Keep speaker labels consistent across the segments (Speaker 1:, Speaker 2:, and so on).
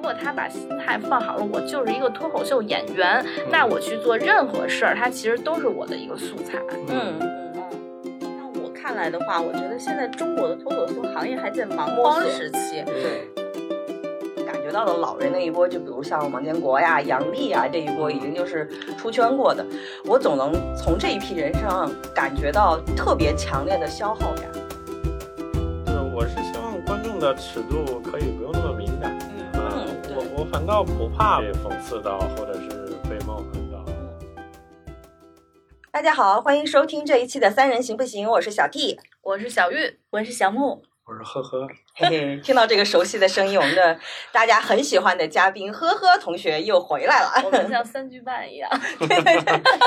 Speaker 1: 果他把心态放好了，我就是一个脱口秀演员，那我去做任何事儿，它其实都是我的一个素材。
Speaker 2: 嗯
Speaker 3: 嗯，那我看来的话，我觉得现在中国的脱口秀行业还在蛮
Speaker 2: 摸
Speaker 3: 荒
Speaker 2: 索
Speaker 3: 时期。
Speaker 2: 对，感觉到了老人那一波，就比如像王建国呀、杨笠呀这一波，已经就是出圈过的。我总能从这一批人身上感觉到特别强烈的消耗感。
Speaker 4: 呃，我是希望观众的尺度可以不用那么敏感。啊
Speaker 2: 嗯，对
Speaker 4: 我我反倒不怕被讽刺到，或者是被冒犯到。
Speaker 2: 嗯大家好，欢迎收听这一期的《三人行不行》，我是小 T。
Speaker 1: 我是小玉，
Speaker 3: 我是小木，
Speaker 4: 我说呵呵，
Speaker 2: 嘿嘿， 听到这个熟悉的声音，我们的大家很喜欢的嘉宾呵呵同学又回来了。
Speaker 1: 我们像三句半一样，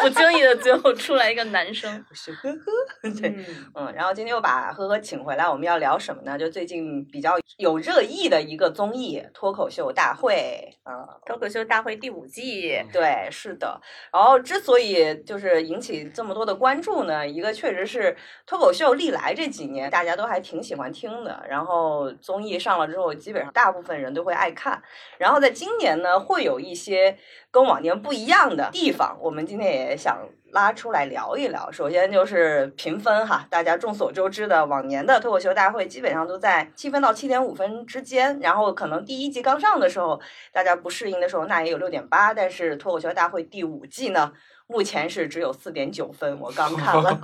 Speaker 1: 不经意的最后出来一个 男生。
Speaker 2: 我是呵呵，对， 嗯，然后今天又把呵呵请回来，我们要聊什么呢？就最近比较有热议的一个综艺《脱口秀大会》啊、
Speaker 3: 脱口秀大会第五季，
Speaker 2: 对，是的。然后之所以就是引起这么多的关注呢，一个确实是脱口秀历来这几年大家都还挺喜欢听的，然后综艺上了之后，基本上大部分人都会爱看。然后在今年呢，会有一些跟往年不一样的地方，我们今天也想。拉出来聊一聊，首先就是评分哈，大家众所周知的，往年的脱口秀大会基本上都在七分到七点五分之间，然后可能第一季刚上的时候，大家不适应的时候，那也有六点八。但是脱口秀大会第五季呢，目前是只有四点九分，我刚看了。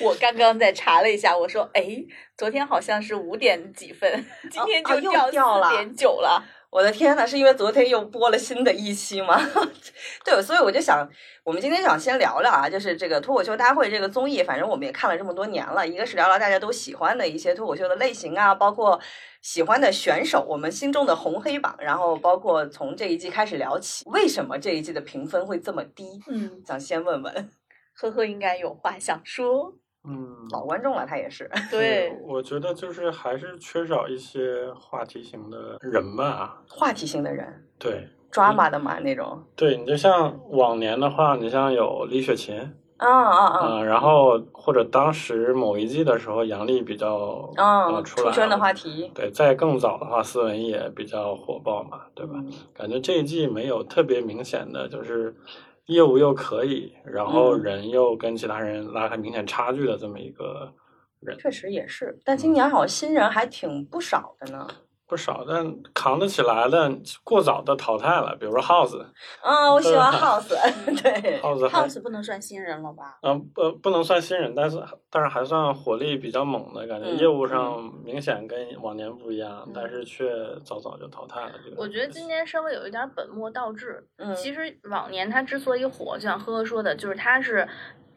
Speaker 3: 我刚刚在查了一下，我说，哎，昨天好像是五点几分，
Speaker 1: 哦
Speaker 3: 今天
Speaker 2: 啊
Speaker 3: 就
Speaker 2: 又
Speaker 3: 掉
Speaker 2: 掉了
Speaker 3: 四点九了。
Speaker 2: 我的天呐，是因为昨天又播了新的一期吗？ 对，所以我就想，我们今天想先聊聊啊，就是这个脱口秀大会这个综艺，反正我们也看了这么多年了，一个是聊聊大家都喜欢的一些脱口秀的类型啊，包括喜欢的选手，我们心中的红黑榜，然后包括从这一季开始聊起，为什么这一季的评分会这么低？
Speaker 3: 嗯，
Speaker 2: 想先问问
Speaker 3: 呵呵，应该有话想 说。
Speaker 4: 嗯，
Speaker 2: 老观众了，他也是，
Speaker 3: 对，
Speaker 4: 我觉得就是还是缺少一些话题型的人吧。
Speaker 2: 话题性的人
Speaker 4: 对，
Speaker 2: ，drama 的
Speaker 1: 嗯
Speaker 2: 嘛那种。
Speaker 4: 对你就像往年的话，你像有李雪琴，
Speaker 2: 啊啊啊！
Speaker 4: 嗯，然后或者当时某一季的时候，杨笠比较
Speaker 2: 嗯，
Speaker 4: 呃
Speaker 2: 出
Speaker 4: 出
Speaker 2: 圈的
Speaker 4: 话，
Speaker 2: 话题，
Speaker 4: 对，再更早的话，斯文也比较火爆嘛，对吧？
Speaker 2: 嗯
Speaker 4: 感觉这一季没有特别明显的，就是业务又可以，然后
Speaker 2: 嗯
Speaker 4: 人又跟其他人拉开明显差距的这么一个人，
Speaker 2: 确实也是，
Speaker 1: 嗯
Speaker 2: 但今年好像新人还挺不少的呢。
Speaker 4: 不少，但扛得起来的过早的淘汰了，比如说 House，House
Speaker 2: 嗯，我喜 欢
Speaker 4: 对
Speaker 2: House，对，
Speaker 1: 哦
Speaker 4: 还
Speaker 3: House 不能算新人了吧？
Speaker 4: 嗯不不能算新人，但是但是还算火力比较猛的感觉，
Speaker 2: 嗯
Speaker 4: 业务上明显跟往年不一样，
Speaker 3: 嗯
Speaker 4: 但是却早早就淘汰了。这个
Speaker 1: 我觉得今年稍微有一点本末倒置，
Speaker 2: 嗯，
Speaker 1: 其实往年他之所以火，就像呵呵说的，就是他是。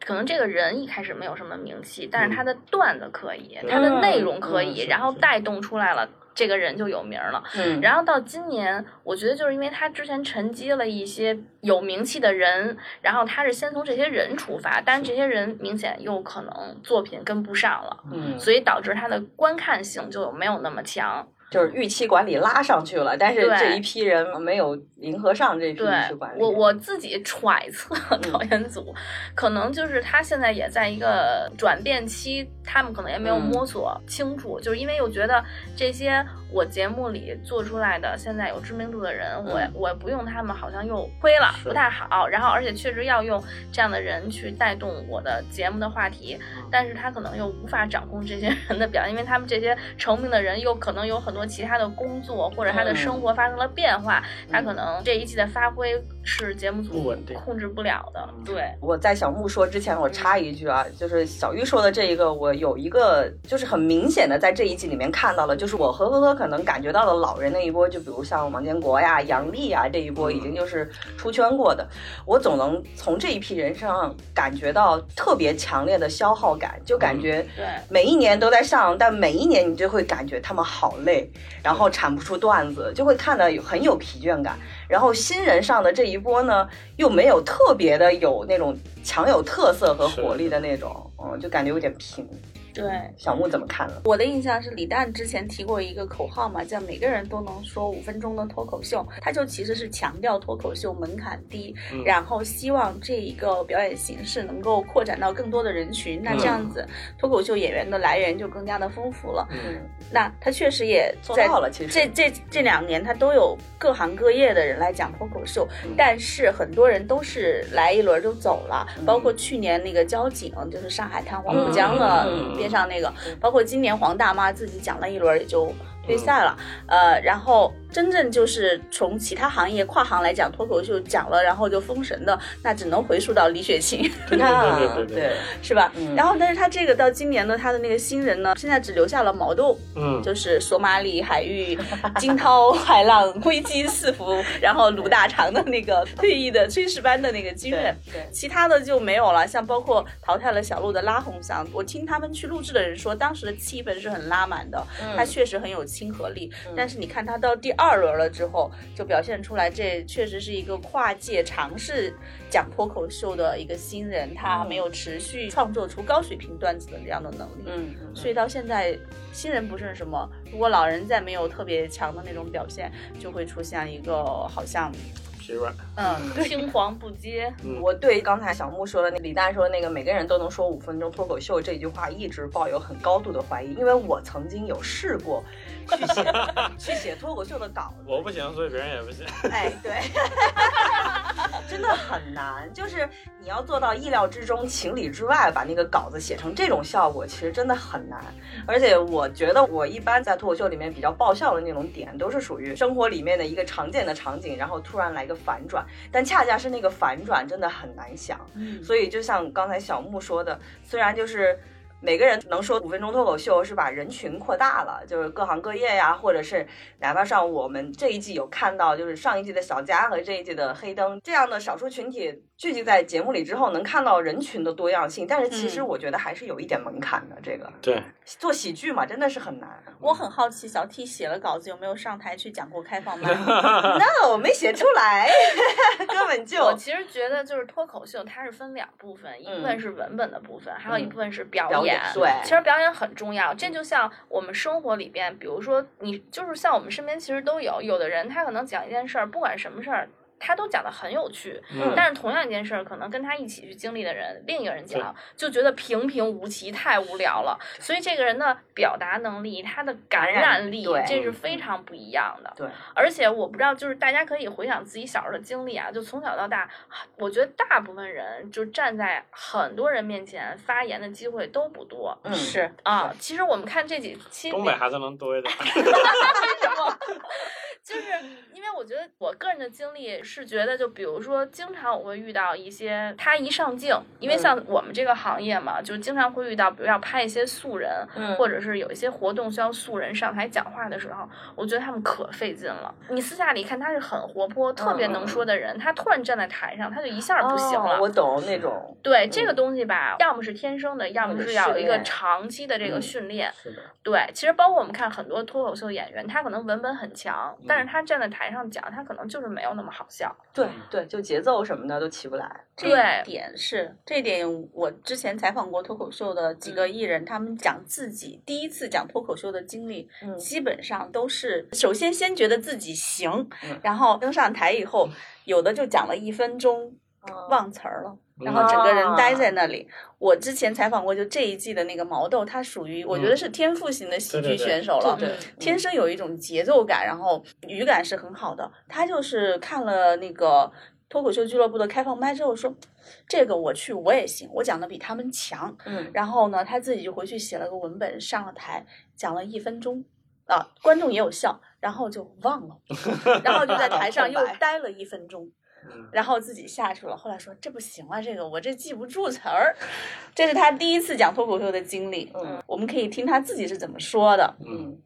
Speaker 1: 可能这个人一开始没有什么名气，但是他的段子可以，
Speaker 4: 嗯对
Speaker 1: 他的内容可
Speaker 4: 嗯
Speaker 1: 以，
Speaker 4: 是
Speaker 1: 然后
Speaker 4: 是
Speaker 1: 带动出来了，这个人就有名儿了。
Speaker 2: 嗯，
Speaker 1: 然后到今年，我觉得就是因为他之前承接了一些有名气的人，然后他是先从这些人出发，但是这些人明显又可能作品跟不上了，
Speaker 2: 嗯，
Speaker 1: 所以导致他的观看性就没有那么强。
Speaker 2: 就是预期管理拉上去了，但是
Speaker 1: 对
Speaker 2: 这一批人没有迎合上这批嗯
Speaker 1: 对
Speaker 2: 预期管理。
Speaker 1: 我我自己揣测， 导演组可能就是他现在也在一个转变期，他们可能也没有
Speaker 2: 嗯
Speaker 1: 摸索清楚，就是因为我觉得这些我节目里做出来的现在有知名度的人，我
Speaker 2: 嗯
Speaker 1: 我不用他们好像又亏了，
Speaker 4: 是
Speaker 1: 不太好。然后而且确实要用这样的人去带动我的节目的话题，嗯但是他可能又无法掌控这些人的表现，因为他们这些成名的人又可能有很多其他的工作或者他的
Speaker 2: 嗯
Speaker 1: 生活发生了变化，他可
Speaker 2: 嗯
Speaker 1: 能这一季的发挥是节目
Speaker 4: 不
Speaker 1: 组
Speaker 4: 稳定
Speaker 1: 控制不了的。
Speaker 4: 嗯
Speaker 1: 对，
Speaker 2: 我在小木说之前，我插一句啊，就是小玉说的这一个，我有一个就是很明显的在这一季里面看到了，就是我和呵呵可能感觉到的老人那一波，就比如像王建国呀、杨笠啊呀这一波，
Speaker 4: 嗯
Speaker 2: 已经就是出圈过的，我总能从这一批人身上感觉到特别强烈的消耗感，就感觉
Speaker 1: 对
Speaker 2: 每一年都在上，但每一年你就会感觉他们好累，然后产不出段子，就会看得有很有疲倦感。然后新人上的这一波呢，又没有特别的有那种强有特色和哦
Speaker 4: 是
Speaker 2: 活力的那种，嗯，就感觉有点平。
Speaker 1: 对，
Speaker 2: 小木怎么看呢？
Speaker 3: 我的印象是李诞之前提过一个口号嘛，叫每个人都能说五分钟的脱口秀，他就其实是强调脱口秀门槛低，
Speaker 4: 嗯
Speaker 3: 然后希望这一个表演形式能够扩展到更多的人群。那这
Speaker 2: 嗯
Speaker 3: 样子，脱口秀演员的来源就更加的丰富了。
Speaker 4: 嗯
Speaker 3: 那他确实也
Speaker 2: 做
Speaker 3: 在
Speaker 2: 到了，其实
Speaker 3: 这这这两年，他都有各行各业的人来讲脱口秀，
Speaker 4: 嗯
Speaker 3: 但是很多人都是来一轮就走了，
Speaker 2: 嗯
Speaker 3: 包括去年那个交警，就是上海滩黄浦江
Speaker 4: 嗯
Speaker 3: 的
Speaker 4: 嗯
Speaker 3: 边上那个
Speaker 2: 嗯，
Speaker 3: 包括今年黄大妈自己讲了一轮也就退赛了，呃，然后真正就是从其他行业跨行来讲脱口秀讲了，然后就封神的，那只能回溯到李雪琴。
Speaker 4: 对对对对对对，
Speaker 2: 对，
Speaker 3: 是吧？
Speaker 2: 嗯
Speaker 3: 然后，但是他这个到今年呢，他的那个新人呢，现在只留下了毛豆，
Speaker 4: 嗯，
Speaker 3: 就是索马里海域惊涛骇浪、 危机四伏，然后鲁大肠的那个退役的炊事班的那个军人。
Speaker 2: 对
Speaker 3: 其他的就没有了，像包括淘汰了小鹿的拉红翔，我听他们去录制的人说，当时的气氛是很拉满的，
Speaker 2: 嗯
Speaker 3: 他确实很有亲和力。
Speaker 2: 嗯
Speaker 3: 但是你看他到第二轮了之后，就表现出来，这确实是一个跨界尝试讲脱口秀的一个新人，他
Speaker 2: 嗯
Speaker 3: 没有持续创作出高水平段子的这样的能力。
Speaker 2: 嗯，嗯
Speaker 3: 所以到现在，新人不是什么，如果老人再没有特别强的那种表现，就会出现一个好像，
Speaker 4: 疲软，
Speaker 3: 嗯，对，
Speaker 1: 青黄不接，
Speaker 4: 嗯
Speaker 2: 我对刚才小木说的那李诞说的那个每个人都能说五分钟脱口秀这句话一直抱有很高度的怀疑，因为我曾经有试过去写去写脱口秀的稿子，
Speaker 4: 我不行，所以别人也不行。
Speaker 2: 哎，对， 真的很难，就是你要做到意料之中、情理之外，把那个稿子写成这种效果，其实真的很难。而且我觉得我一般在脱口秀里面比较爆笑的那种点，都是属于生活里面的一个常见的场景，然后突然来个反转，但恰恰是那个反转真的很难想。所以就像刚才小木说的，虽然就是每个人能说五分钟脱口秀是把人群扩大了，就是各行各业呀，或者是哪怕上我们这一季有看到，就是上一季的小佳和这一季的黑灯这样的少数群体聚集在节目里之后，能看到人群的多样性，但是其实
Speaker 3: 嗯
Speaker 2: 我觉得还是有一点门槛的。这个
Speaker 4: 对，
Speaker 2: 做喜剧嘛，真的是很难。
Speaker 3: 我很好奇，小 T 写了稿子有没有上台去讲过开放麦？
Speaker 2: no，没写出来， 根本就
Speaker 1: 我其实觉得就是脱口秀，它是分两部分，一部分是文本的部分，还有一部分是
Speaker 2: 嗯表演对嗯
Speaker 1: 其实表演很重要，这就像我们生活里边，比如说你就是像我们身边其实都有，有的人他可能讲一件事儿，不管什么事儿。他都讲得很有趣，
Speaker 4: 嗯
Speaker 1: 但是同样一件事儿，可能跟他一起去经历的人，另一个人讲就觉得平平无奇，太无聊了。所以这个人的表达能力，他的感
Speaker 2: 感染
Speaker 1: 染力
Speaker 2: 对，
Speaker 1: 这是非常不一样的。
Speaker 2: 对，
Speaker 1: 而且我不知道，就是大家可以回想自己小时候的经历啊，就从小到大，我觉得大部分人就站在很多人面前发言的机会都不多
Speaker 2: 嗯，
Speaker 3: 是
Speaker 1: 啊。其实我们看这几期，
Speaker 4: 东北还是能多一点。
Speaker 1: 就是因为我觉得我个人的经历是觉得，就比如说，经常我会遇到一些他一上镜，因为
Speaker 2: 嗯
Speaker 1: 像我们这个行业嘛，就经常会遇到，比如要拍一些素人，
Speaker 2: 嗯
Speaker 1: 或者是有一些活动需要素人上台讲话的时候，我觉得他们可费劲了。你私下里看他是很活泼、特别能说的人，他突然站在台上，他就一下不行了。
Speaker 2: 嗯哦我懂那种，
Speaker 1: 对这个东西吧，要么是天生的，要
Speaker 2: 那
Speaker 1: 么
Speaker 2: 个
Speaker 1: 是要有
Speaker 2: 嗯训
Speaker 1: 一个
Speaker 2: 练
Speaker 1: 长期的这
Speaker 2: 嗯
Speaker 1: 个训练。
Speaker 4: 是的，
Speaker 1: 对，其实包括我们看很多脱口秀演员，他可能文本很强，但是
Speaker 4: 嗯
Speaker 1: 他站在台上讲，他可能就是没有那么好笑。
Speaker 2: 对对，就节奏什么的都起不来。
Speaker 3: 这
Speaker 1: 对
Speaker 3: 一点是这一点，我之前采访过脱口秀的几个艺人，他们讲自己第一次讲脱口秀的经历，
Speaker 2: 嗯
Speaker 3: 基本上都是首先先觉得自己行，
Speaker 2: 嗯
Speaker 3: 然后登上台以后，有的就讲了一分钟忘词儿了。然后
Speaker 4: 嗯
Speaker 3: 整个人呆
Speaker 2: 啊
Speaker 3: 在那里。我之前采访过，就这一季的那个毛豆，他属于我觉得
Speaker 4: 嗯
Speaker 3: 是天赋型的喜
Speaker 4: 对对
Speaker 3: 剧
Speaker 4: 对嗯
Speaker 3: 选手了，
Speaker 2: 嗯
Speaker 1: 对
Speaker 3: 天生有一种节奏感，然后语感是很好的。他就是看了那个脱口秀俱乐部的开放麦之后说，这个我去我也行，我讲的比他们强。
Speaker 2: 嗯，
Speaker 3: 然后呢，他自己就回去写了个文本，上了台讲了一分钟，啊，观众也有笑，然后就忘了，然后就在台上又
Speaker 2: 空白
Speaker 3: 待了一分钟。
Speaker 4: 嗯
Speaker 3: 然后自己下去了。后来说这不行啊，这个我这记不住词儿。这是他第一次讲脱口秀的经历，
Speaker 2: 嗯，
Speaker 3: 我们可以听他自己是怎么说的。
Speaker 4: 嗯，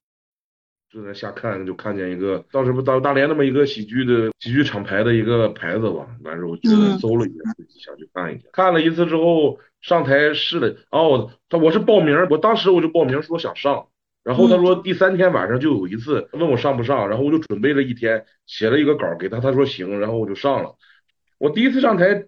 Speaker 5: 就在下看，就看见一个当时不大大连那么一个喜剧的喜剧厂牌的一个牌子吧，完事我就
Speaker 3: 嗯
Speaker 5: 搜了一下，自己想去看一下。看了一次之后，上台试了，哦，他我是报名，我当时我就报名说想上，然后他说第三天晚上就有一次问我上不上，然后我就准备了一天，写了一个稿给他，他说行，然后我就上了。我第一次上台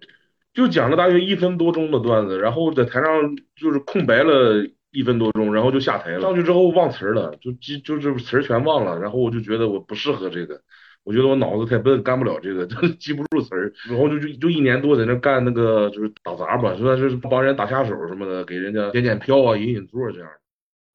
Speaker 5: 就讲了大约一分多钟的段子，然后在台上就是空白了一分多钟，然后就下台了。上去之后忘词儿了，就记就是词儿全忘了，然后我就觉得我不适合这个，我觉得我脑子太笨，干不了这个， 就是记不住词儿。然后就就就一年多在那干那个就是打杂吧，算是帮人打下手什么的，给人家点点票啊、引引座这样。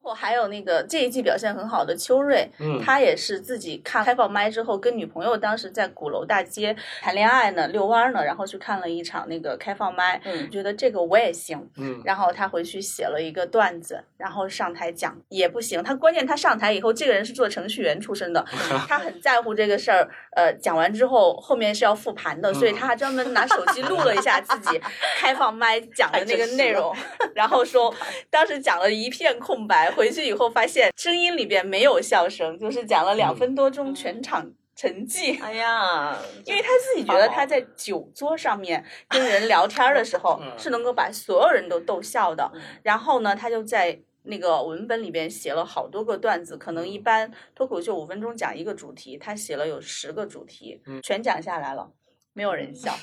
Speaker 3: 我还有那个这一季表现很好的秋瑞，
Speaker 4: 嗯
Speaker 3: 他也是自己看开放麦之后，跟女朋友当时在鼓楼大街谈恋爱呢，遛弯儿呢，然后去看了一场那个开放麦，
Speaker 2: 嗯
Speaker 3: 觉得这个我也行。
Speaker 4: 嗯，
Speaker 3: 然后他回去写了一个段子，然后上台讲也不行。他关键他上台以后，这个人是做程序员出身的，他很在乎这个事儿。呃，讲完之后后面是要复盘的，所以他还专门拿手机录了一下自己开放麦讲的那个内容，然后说当时讲了一片空白，回去以后发现声音里边没有笑声，就是讲了两分多钟，全场沉寂。
Speaker 2: 哎呀，
Speaker 3: 因为他自己觉得他在酒桌上面跟人聊天儿的时候
Speaker 4: 嗯
Speaker 3: 是能够把所有人都逗笑的
Speaker 2: 嗯，
Speaker 3: 然后呢，他就在。那个文本里边写了好多个段子，可能
Speaker 4: 嗯
Speaker 3: 一般脱口秀五分钟讲一个主题，他写了有十个主题，
Speaker 4: 嗯
Speaker 3: 全讲下来了，没有人笑。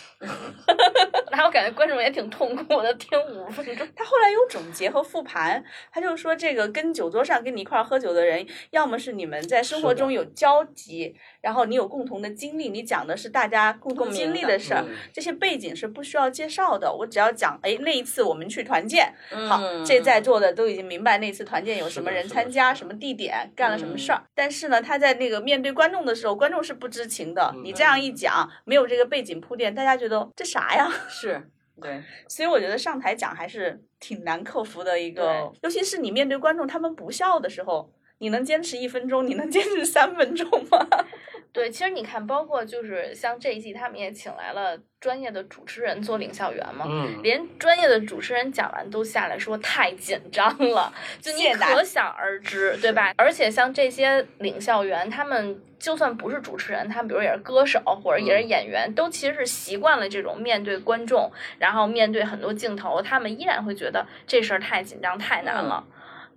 Speaker 1: 然后感觉观众也挺痛苦的，听五分钟。
Speaker 3: 他后来有总结和复盘，他就说这个跟酒桌上跟你一块儿喝酒的人，要么是你们在生活
Speaker 4: 是的
Speaker 3: 中有交集，然后你有共同的经历，你讲的是大家共同
Speaker 2: 共
Speaker 3: 经
Speaker 2: 鸣
Speaker 3: 历
Speaker 2: 的
Speaker 3: 的事
Speaker 4: 嗯
Speaker 3: 儿，这些背景是不需要介绍的，我只要讲，哎，那一次我们去团建，
Speaker 2: 嗯
Speaker 3: 好，这在座的都已经明白那次团建有什么人参加、
Speaker 4: 是的是的
Speaker 3: 什么地点、干了什么事儿。但是呢，他在那个面对观众的时候，观众是不知情的。
Speaker 4: 嗯
Speaker 3: 你这样一讲，没有这个背景铺垫，大家觉得这啥呀？
Speaker 2: 是对，
Speaker 3: 所以我觉得上台讲还是挺难克服的一个
Speaker 2: 对，
Speaker 3: 尤其是你面对观众他们不笑的时候。你能坚持一分钟？你能坚持三分钟吗？
Speaker 1: 对，其实你看，包括就是像这一季，他们也请来了专业的主持人做领笑员嘛。
Speaker 4: 嗯，
Speaker 1: 连专业的主持人讲完都下来说太紧张了，就你
Speaker 3: 谢大
Speaker 1: 可想而知，对吧？而且像这些领笑员，他们就算不是主持人，他们比如也是歌手或者也是演员，都其实是习惯了这种面对观众，然后面对很多镜头，他们依然会觉得这事儿太紧张太难了。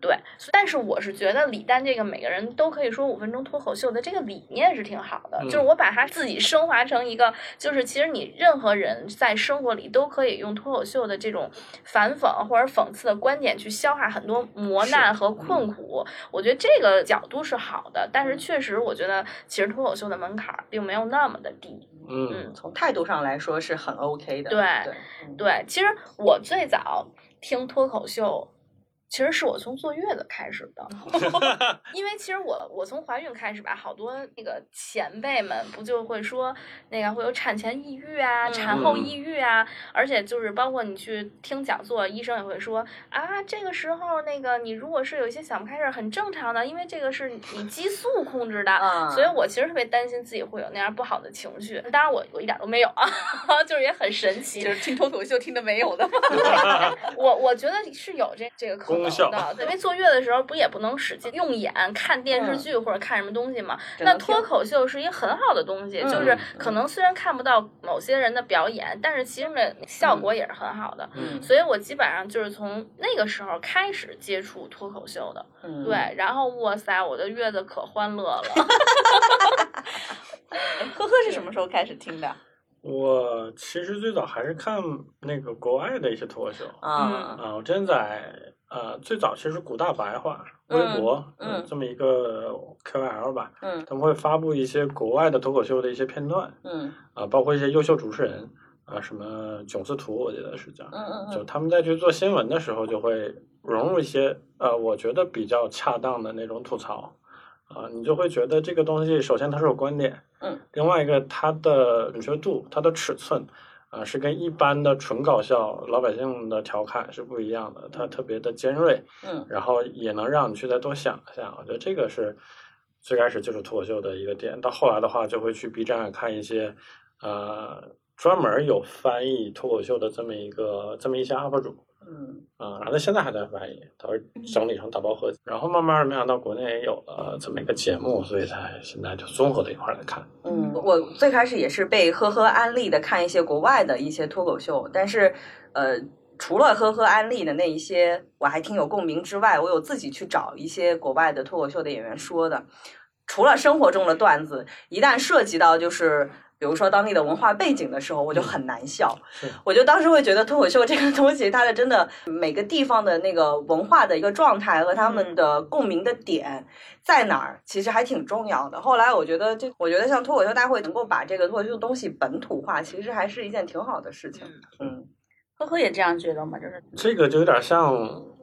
Speaker 1: 对，但是我是觉得李诞这个每个人都可以说五分钟脱口秀的这个理念是挺好的，
Speaker 4: 嗯
Speaker 1: 就是我把它自己升华成一个，就是其实你任何人在生活里都可以用脱口秀的这种反讽或者讽刺的观点去消化很多磨难和困苦，我觉得这个角度是好的，但是确实我觉得其实脱口秀的门槛儿并没有那么的低，
Speaker 4: 嗯
Speaker 1: 嗯，
Speaker 2: 从态度上来说是很 OK 的。
Speaker 1: 对
Speaker 2: 对嗯
Speaker 1: 对，其实我最早听脱口秀，其实是我从坐月子开始 的，因为其实我我从怀孕开始吧，好多那个前辈们不就会说那个会有产前抑郁啊、
Speaker 2: 嗯
Speaker 1: 产后抑郁啊，而且就是包括你去听讲座，医生也会说啊，这个时候那个你如果是有一些想不开事儿，很正常的，因为这个是你激素控制的，
Speaker 2: 啊，
Speaker 3: 嗯
Speaker 1: 所以我其实特别担心自己会有那样不好的情绪，当然我我一点都没有啊， 就是也很神奇，
Speaker 3: 就是听脱口秀听的没有的吗？
Speaker 1: 我我觉得是有这这个可能
Speaker 4: 功效
Speaker 1: 的，对，因为坐月的时候不也不能使劲用眼看电
Speaker 3: 嗯
Speaker 1: 视剧或者看什么东西嘛。
Speaker 2: 只
Speaker 1: 那
Speaker 2: 能
Speaker 1: 脱
Speaker 2: 听
Speaker 1: 口秀是一个很好的东西，
Speaker 2: 嗯
Speaker 1: 就是可能虽然看不到某些人的表演，但是其实呢效果也是很好的。
Speaker 4: 嗯
Speaker 1: 所以我基本上就是从那个时候开始接触脱口秀的，
Speaker 2: 嗯
Speaker 1: 对，然后哇塞，我的月子可欢乐了，
Speaker 3: 呵呵，是什么时候开始听的？
Speaker 4: 我其实最早还是看那个国外的一些脱口秀
Speaker 1: 嗯
Speaker 2: 啊，
Speaker 4: 啊，我之前在呃最早其实古大白话微
Speaker 2: 嗯
Speaker 4: 博
Speaker 2: 嗯
Speaker 4: 这么一个 KOL 吧，
Speaker 2: 嗯
Speaker 4: 他们会发布一些国外的脱口秀的一些片段
Speaker 2: 嗯
Speaker 4: 啊，包括一些优秀主持人啊，什么囧司徒，我记得是叫
Speaker 2: 嗯，嗯
Speaker 4: 就
Speaker 2: 嗯，
Speaker 4: 他们在去做新闻的时候，就会融入一些呃，我觉得比较恰当的那种吐槽啊、你就会觉得这个东西，首先它是有观点，
Speaker 2: 嗯，
Speaker 4: 另外一个它的准确度、它的尺寸啊、是跟一般的纯搞笑、老百姓的调侃是不一样的，它特别的尖锐，
Speaker 2: 嗯，
Speaker 4: 然后也能让你去再多想一下。我觉得这个是最开始接触脱口秀的一个点，到后来的话就会去 B 站看一些呃专门有翻译脱口秀的这么一个这么一些 UP 主
Speaker 2: 嗯
Speaker 4: 啊，然后他现在还在翻译，他会整理成打包合集，然后慢慢的没想到国内也有了这么一个节目，所以才现在就综合在一块儿来看。
Speaker 2: 嗯，我最开始也是被呵呵安利的，看一些国外的一些脱口秀，但是呃，除了呵呵安利的那一些我还挺有共鸣之外，我有自己去找一些国外的脱口秀的演员说的。除了生活中的段子，一旦涉及到就是比如说当地的文化背景的时候，我就很难笑
Speaker 4: 是。
Speaker 2: 我就当时会觉得脱口秀这个东西，它的真的每个地方的那个文化的一个状态和他们的共鸣的点在哪儿，其实还挺重要的。后来我觉得，就我觉得像脱口秀大会能够把这个脱口秀东西本土化，其实还是一件挺好的事情。嗯，
Speaker 3: 呵呵也这样觉得吗？就是
Speaker 4: 这个就有点像，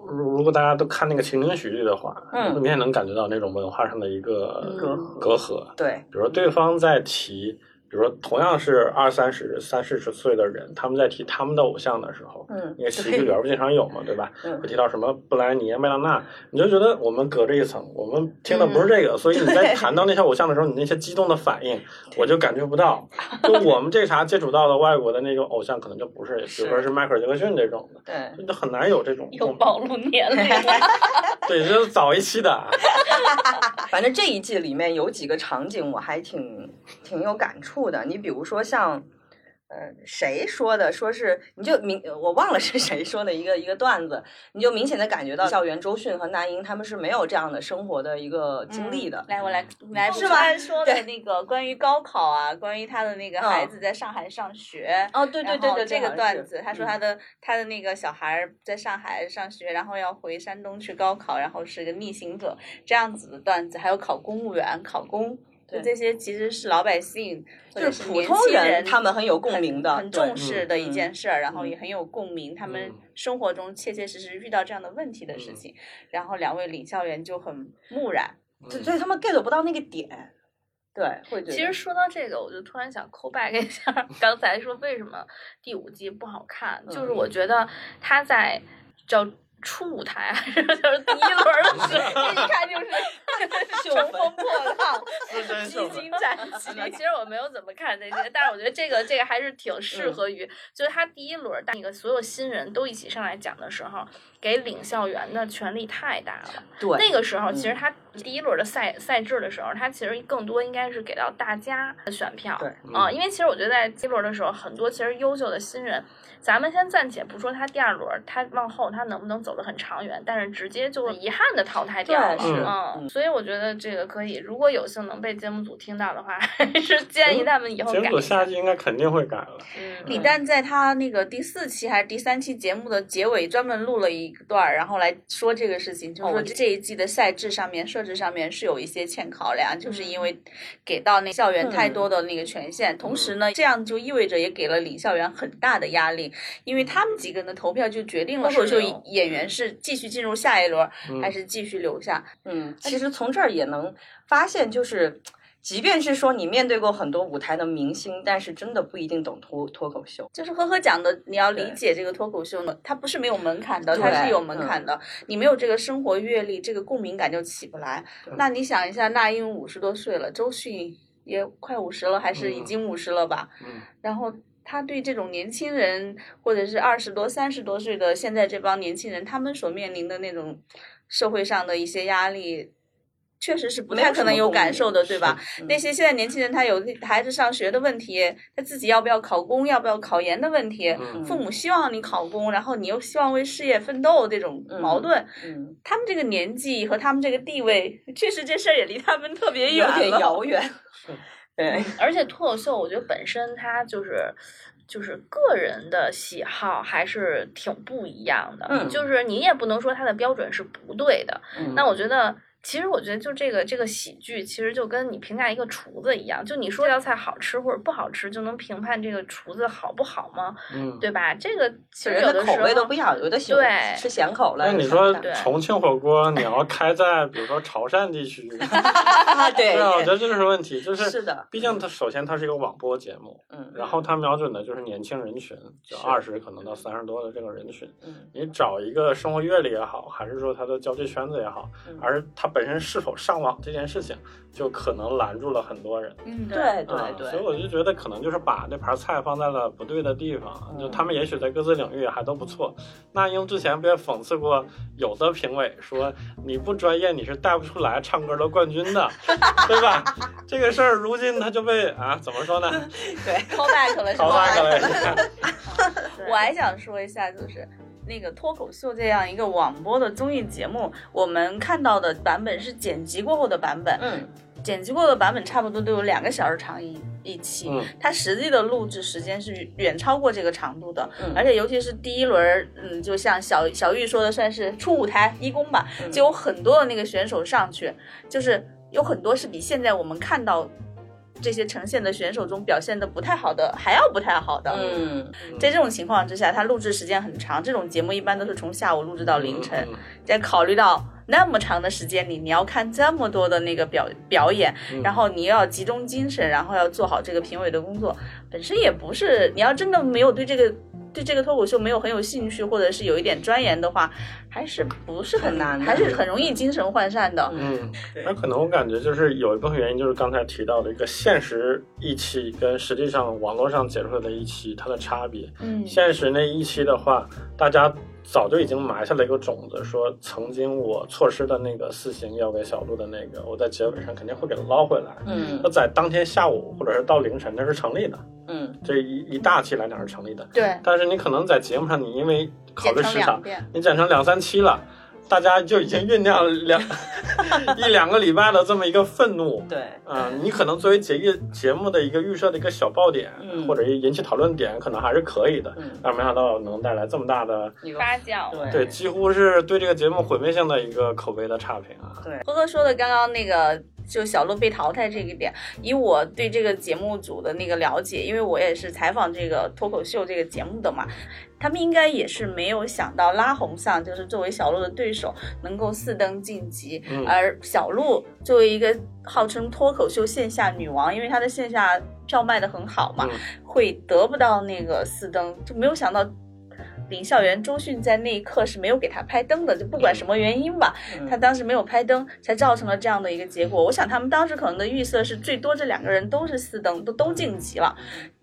Speaker 4: 如如果大家都看那个《情景喜剧》的话，
Speaker 2: 嗯
Speaker 4: 明显能感觉到那种文化上的一个
Speaker 2: 隔阂
Speaker 4: 隔阂。
Speaker 2: 对，
Speaker 4: 比如说对方在提，比如说同样是二三十、三四十岁的人，他们在提他们的偶像的时候，
Speaker 2: 嗯，
Speaker 4: 那个喜剧里边不经常有嘛，对吧？
Speaker 2: 嗯
Speaker 4: 会提到什么布兰妮、麦当娜，你就觉得我们隔着一层，我们听的不是这个，所以你在谈到那些偶像的时候，你那些激动的反应，我就感觉不到。就我们这茬接触到的外国的那种偶像，可能就不是，比如说是迈克尔·杰克逊这种的，
Speaker 2: 对。
Speaker 4: 就很难有这种
Speaker 1: 又暴露年龄了。
Speaker 4: 对，这是早一期的啊，
Speaker 2: 反正这一季里面有几个场景我还挺挺有感触的。你比如说像，呃，谁说的？说是你就明我忘了是谁说的一个一个段子，你就明显的感觉到校园周迅和那英他们是没有这样的生活的一个经历的。
Speaker 3: 来，我来来，
Speaker 2: 是
Speaker 3: 是
Speaker 2: 吗
Speaker 3: 吗？说的那个关于高考啊，关于他的那个孩子在上海上学。
Speaker 2: 哦，对对对对，
Speaker 3: 这个段子，他
Speaker 2: 他
Speaker 3: 说他的他的那个小孩儿在上海上学，然后要回山东去高考，然后是个逆行者这样子的段子，还有考公务员、考公，就
Speaker 2: 对
Speaker 3: 这些其实是老百姓或者
Speaker 2: 就是普
Speaker 3: 年
Speaker 2: 通
Speaker 3: 轻
Speaker 2: 人
Speaker 3: 人
Speaker 2: 他们很有共
Speaker 3: 很
Speaker 2: 鸣的，
Speaker 3: 很
Speaker 2: 对
Speaker 3: 重视的一件事儿，然后也
Speaker 2: 嗯
Speaker 3: 很有共鸣。他们
Speaker 4: 嗯
Speaker 3: 生活中切切实实遇到这样的问题的事
Speaker 4: 嗯
Speaker 3: 情，然后两位领校员就很木然。。
Speaker 4: 嗯
Speaker 2: 对，所以他们 get 不到那个点。对，会觉得
Speaker 1: 嗯其实说到这个，我就突然想 call back 一下儿刚才说为什么第五季不好看，就是
Speaker 2: 嗯
Speaker 1: 我觉得他在叫初舞台还是 就是第一轮儿的时候
Speaker 3: 一看就是
Speaker 2: 秀
Speaker 3: 乘风破浪、
Speaker 4: 资深
Speaker 3: 披
Speaker 4: 手
Speaker 3: 荆斩棘。
Speaker 1: 其实我没有怎么看这些，但是我觉得这个这个还是挺
Speaker 2: 嗯
Speaker 1: 适合于，就是他第一轮儿带那个所有新人都一起上来讲的时候，给领校员的权力太大了。
Speaker 2: 对
Speaker 1: 那个时候，其实
Speaker 2: 嗯
Speaker 1: 他第一轮的赛赛制的时候，他其实更多应该是给到大家的选票。
Speaker 2: 对
Speaker 1: 啊、
Speaker 4: 嗯
Speaker 1: 因为其实我觉得在第一轮的时候，很多其实优秀的新人，咱们先暂且不说他第二轮他往后他能不能走得很长远，但是直接就遗憾的淘汰掉了。
Speaker 2: 对是
Speaker 1: 嗯，所以我觉得这个可以，如果有幸能被节目组听到的话， 还是建议他们以后
Speaker 4: 节
Speaker 1: 改
Speaker 4: 目组
Speaker 1: 一
Speaker 4: 下季应该肯定会改了。
Speaker 1: 嗯，
Speaker 3: 李诞在他那个第四期还是第三期节目的结尾，专门录了一段儿，然后来说这个事情，就是
Speaker 2: 哦
Speaker 3: 说
Speaker 2: 我知
Speaker 3: 这一季的赛制上面设置上面是有一些欠考量，就是
Speaker 1: 嗯
Speaker 3: 因为给到那校园太多的那个权限，同时呢，这样就意味着也给了领校园很大的压力，因为他们几个人的投票就决定了脱
Speaker 1: 脱
Speaker 3: 口
Speaker 1: 口秀
Speaker 3: 秀演员是继续进入下一轮，
Speaker 4: 嗯
Speaker 3: 还是继续留下。
Speaker 2: 嗯，
Speaker 1: 哎
Speaker 2: 其实从这儿也能发现，就是即便是说你面对过很多舞台的明星，但是真的不一定懂脱脱口秀。
Speaker 3: 就是呵呵讲的，你要理
Speaker 2: 对
Speaker 3: 解这个脱口秀呢，它不是没有门槛的，
Speaker 2: 对嗯
Speaker 3: 它是有门槛的。你没有这个生活阅历，这个共鸣感就起不来。那你想一下，那英五十多岁了，周迅也快五十了，还是已
Speaker 4: 嗯
Speaker 3: 经五十了吧？
Speaker 4: 嗯
Speaker 3: 然后他对这种年轻人，或者是二十多、三十多岁的现在这帮年轻人，他们所面临的那种社会上的一些压力。确实是不
Speaker 2: 没有
Speaker 3: 太可能
Speaker 2: 什么
Speaker 3: 有
Speaker 2: 共鸣
Speaker 3: 感受的，对吧？
Speaker 2: 嗯
Speaker 3: 那些现在年轻人，他有孩子上学的问题，他自己要不要考公，要不要考研的问题，
Speaker 4: 嗯
Speaker 3: 父母希望你考公，然后你又希望为事业奋斗，这种矛盾，
Speaker 2: 嗯，
Speaker 3: 他们这个年纪和他们这个地位，确实这事儿也离他们特别远
Speaker 2: 有点
Speaker 3: 了。
Speaker 2: 遥 远。 对，
Speaker 1: 而且脱口秀，我觉得本身它就是就是个人的喜好还是挺不一样的，
Speaker 2: 嗯
Speaker 1: 就是你也不能说它的标准是不对的。
Speaker 2: 嗯
Speaker 1: 那我觉得。其实我觉得，就这个这个喜剧，其实就跟你评价一个厨子一样，就你说这道菜好吃或者不好吃，就能评判这个厨子好不好吗？
Speaker 4: 嗯。
Speaker 1: 对吧？这个其实
Speaker 2: 人
Speaker 1: 有
Speaker 2: 的
Speaker 1: 时
Speaker 2: 口味都
Speaker 1: 候
Speaker 2: 不一样，有的喜
Speaker 1: 对
Speaker 2: 欢吃咸口了。
Speaker 4: 那你
Speaker 2: 有的
Speaker 4: 说
Speaker 2: 喜欢
Speaker 4: 重庆火锅，你要开在比如说潮汕地区，
Speaker 2: 啊，对
Speaker 4: 对啊，我觉
Speaker 2: 对
Speaker 4: 得这 就是问题，就是
Speaker 2: 是的
Speaker 4: 毕竟它首先它是一个网播节目，
Speaker 2: 嗯
Speaker 4: 然后它瞄准的就是年轻人群，就是二十可能到三十多的这个人群。
Speaker 2: 嗯
Speaker 4: 你找一个生活阅历也好，还是说他的交际圈子也好，
Speaker 2: 嗯
Speaker 4: 而他本身是否上网这件事情，就可能拦住了很多人。
Speaker 3: 嗯，
Speaker 2: 对
Speaker 4: 啊
Speaker 2: 对
Speaker 4: 所以
Speaker 2: 对，
Speaker 4: 我就觉得可能就是把那盘菜放在了不对的地方。
Speaker 2: 嗯
Speaker 4: 就他们也许在各自领域还都不错。那英之前不也讽刺过有的评委说你不专业你是带不出来唱歌的冠军 的，对吧？这个事儿如今他就被啊怎么 说呢？
Speaker 3: ，call back 了是
Speaker 4: 淘
Speaker 3: 吧
Speaker 4: 汰了一下。
Speaker 3: 我还想说一下，就是那个脱口秀这样一个网播的综艺节目，我们看到的版本是剪辑过后的版本，
Speaker 2: 嗯
Speaker 3: 剪辑过的版本差不多都有两个小时长一一期，
Speaker 4: 嗯
Speaker 3: 它实际的录制时间是远超过这个长度的，
Speaker 2: 嗯
Speaker 3: 而且尤其是第一轮儿，嗯，就像小小玉说的，算是初舞台一公吧，
Speaker 2: 嗯
Speaker 3: 就有很多的那个选手上去，就是有很多是比现在我们看到这些呈现的选手中表现的不太好的还要不太好的。
Speaker 2: 嗯，
Speaker 3: 在这种情况之下，它录制时间很长，这种节目一般都是从下午录制到凌晨，
Speaker 4: 嗯，
Speaker 3: 再考虑到那么长的时间里，你要看这么多的那个表表演，
Speaker 4: 嗯
Speaker 3: 然后你要集中精神，然后要做好这个评委的工作，本身也不是你要真的没有对这个对这个脱口秀没有很有兴趣，或者是有一点钻研的话，还是不是很
Speaker 2: 很难的
Speaker 3: 还是很容易精神涣散的。
Speaker 4: 嗯
Speaker 2: 对，
Speaker 3: 呃
Speaker 4: 那可能我感觉就是有一部分原因就是刚才提到的一个现实一期跟实际上网络上解出来的一期它的差别。
Speaker 3: 嗯
Speaker 4: 现实那一期的话，大家早就已经埋下了一个种子，说曾经我错失的那个四星要给小鹿的那个，我在结尾上肯定会给它捞回来。
Speaker 2: 嗯
Speaker 4: 那在当天下午或者是到凌晨，那是成立的，
Speaker 2: 嗯
Speaker 4: 这一一大期来讲是成立的。
Speaker 3: 对，
Speaker 4: 但是你可能在节目上，你因为考
Speaker 3: 剪
Speaker 4: 虑
Speaker 3: 成
Speaker 4: 市场
Speaker 3: 两，遍，
Speaker 4: 你剪成两三期了，大家就已经酝酿了两 一两个礼拜的这么一个愤怒。
Speaker 2: 对，
Speaker 4: 啊、你可能作为节日节目的一个预设的一个小爆点，
Speaker 2: 嗯
Speaker 4: 或者引起讨论点，可能还是可以的。
Speaker 2: 嗯，
Speaker 4: 但没想到能带来这么大的，
Speaker 2: 一个
Speaker 1: 发酵，
Speaker 3: 哎
Speaker 2: 对
Speaker 4: 对，几乎是对这个节目毁灭性的一个口碑的差评啊。
Speaker 2: 对，
Speaker 3: 波哥说的刚刚那个。就小鹿被淘汰这个点，以我对这个节目组的那个了解，因为我也是采访这个脱口秀这个节目的嘛，他们应该也是没有想到拉红上就是作为小鹿的对手能够四登晋级，
Speaker 4: 嗯
Speaker 3: 而小鹿作为一个号称脱口秀线下女王，因为她的线下票卖的很好嘛，
Speaker 4: 嗯
Speaker 3: 会得不到那个四灯，就没有想到。林孝元、周迅在那一刻是没有给他拍灯的，就不
Speaker 4: 嗯
Speaker 3: 管什么原因吧，
Speaker 2: 嗯
Speaker 3: 他当时没有拍灯，才造成了这样的一个结果。我想他们当时可能的预测是最多这两个人都是四灯，都都晋级了，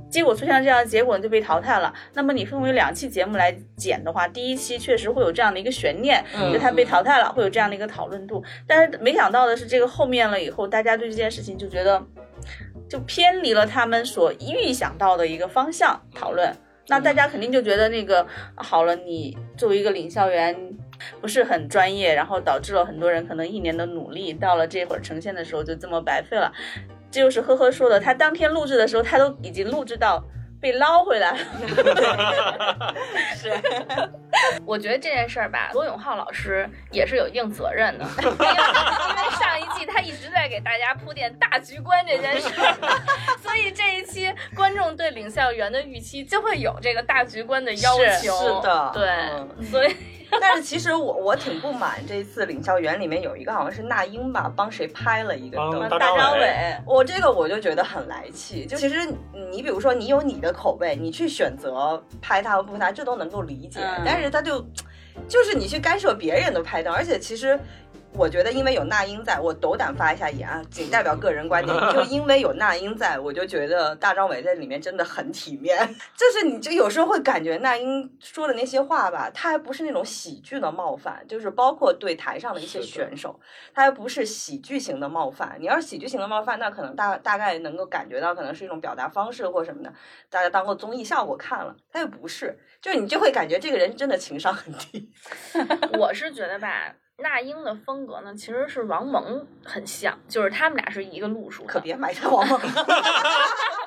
Speaker 3: 结果出现这样的结果你就被淘汰了。那么你分为两期节目来剪的话，第一期确实会有这样的一个悬念，
Speaker 2: 嗯
Speaker 3: 就他被淘汰了，会有这样的一个讨论度。但是没想到的是，这个后面了以后，大家对这件事情就觉得就偏离了他们所预想到的一个方向讨论。
Speaker 2: 嗯
Speaker 3: 那大家肯定就觉得那个好了，你作为一个领校员不是很专业，然后导致了很多人可能一年的努力到了这会儿呈现的时候就这么白费了。这就是呵呵说的，他当天录制的时候，他都已经录制到被捞回来了。
Speaker 1: 我觉得这件事儿吧，罗永浩老师也是有一定责任的， 因为因为上一季他一直在给大家铺垫大局观这件事儿， 所以这一期观众对领校员的预期就会有这个大局观的要
Speaker 3: 是
Speaker 1: 求。
Speaker 2: 是的
Speaker 1: 对，
Speaker 2: 嗯
Speaker 1: 所以
Speaker 2: 但是其实我我挺不满，这次《领校园》里面有一个好像是那英吧，帮谁拍了一个
Speaker 4: 帮
Speaker 2: 灯
Speaker 4: 大
Speaker 3: 大张
Speaker 4: 张伟
Speaker 3: 伟，
Speaker 2: 我这个我就觉得很来气，就其实你比如说你有你的口味，你去选择拍他和不拍他，这都能够理解，
Speaker 3: 嗯
Speaker 2: 但是他就就是你去干涉别人的拍档，而且其实。我觉得，因为有那英在，我斗胆发一下 言啊，仅代表个人观点。就因为有那英在，我就觉得大张伟在里面真的很体面。 就是你就有时候会感觉那英说的那些话吧，他还不是那种喜剧的冒犯，就是包括对台上的一些
Speaker 4: 是的
Speaker 2: 选手，它还不是喜剧型的冒犯。你要是喜剧型的冒犯，那可能大大概能够感觉到，可能是一种表达方式或什么的，大家当个综艺效果看了。它又不是，就是你就会感觉这个人真的情商很 低。
Speaker 1: 我是觉得吧，那英的风格呢，其实是王蒙很像，就是他们俩是一个路数的。
Speaker 2: 可别埋汰王蒙了。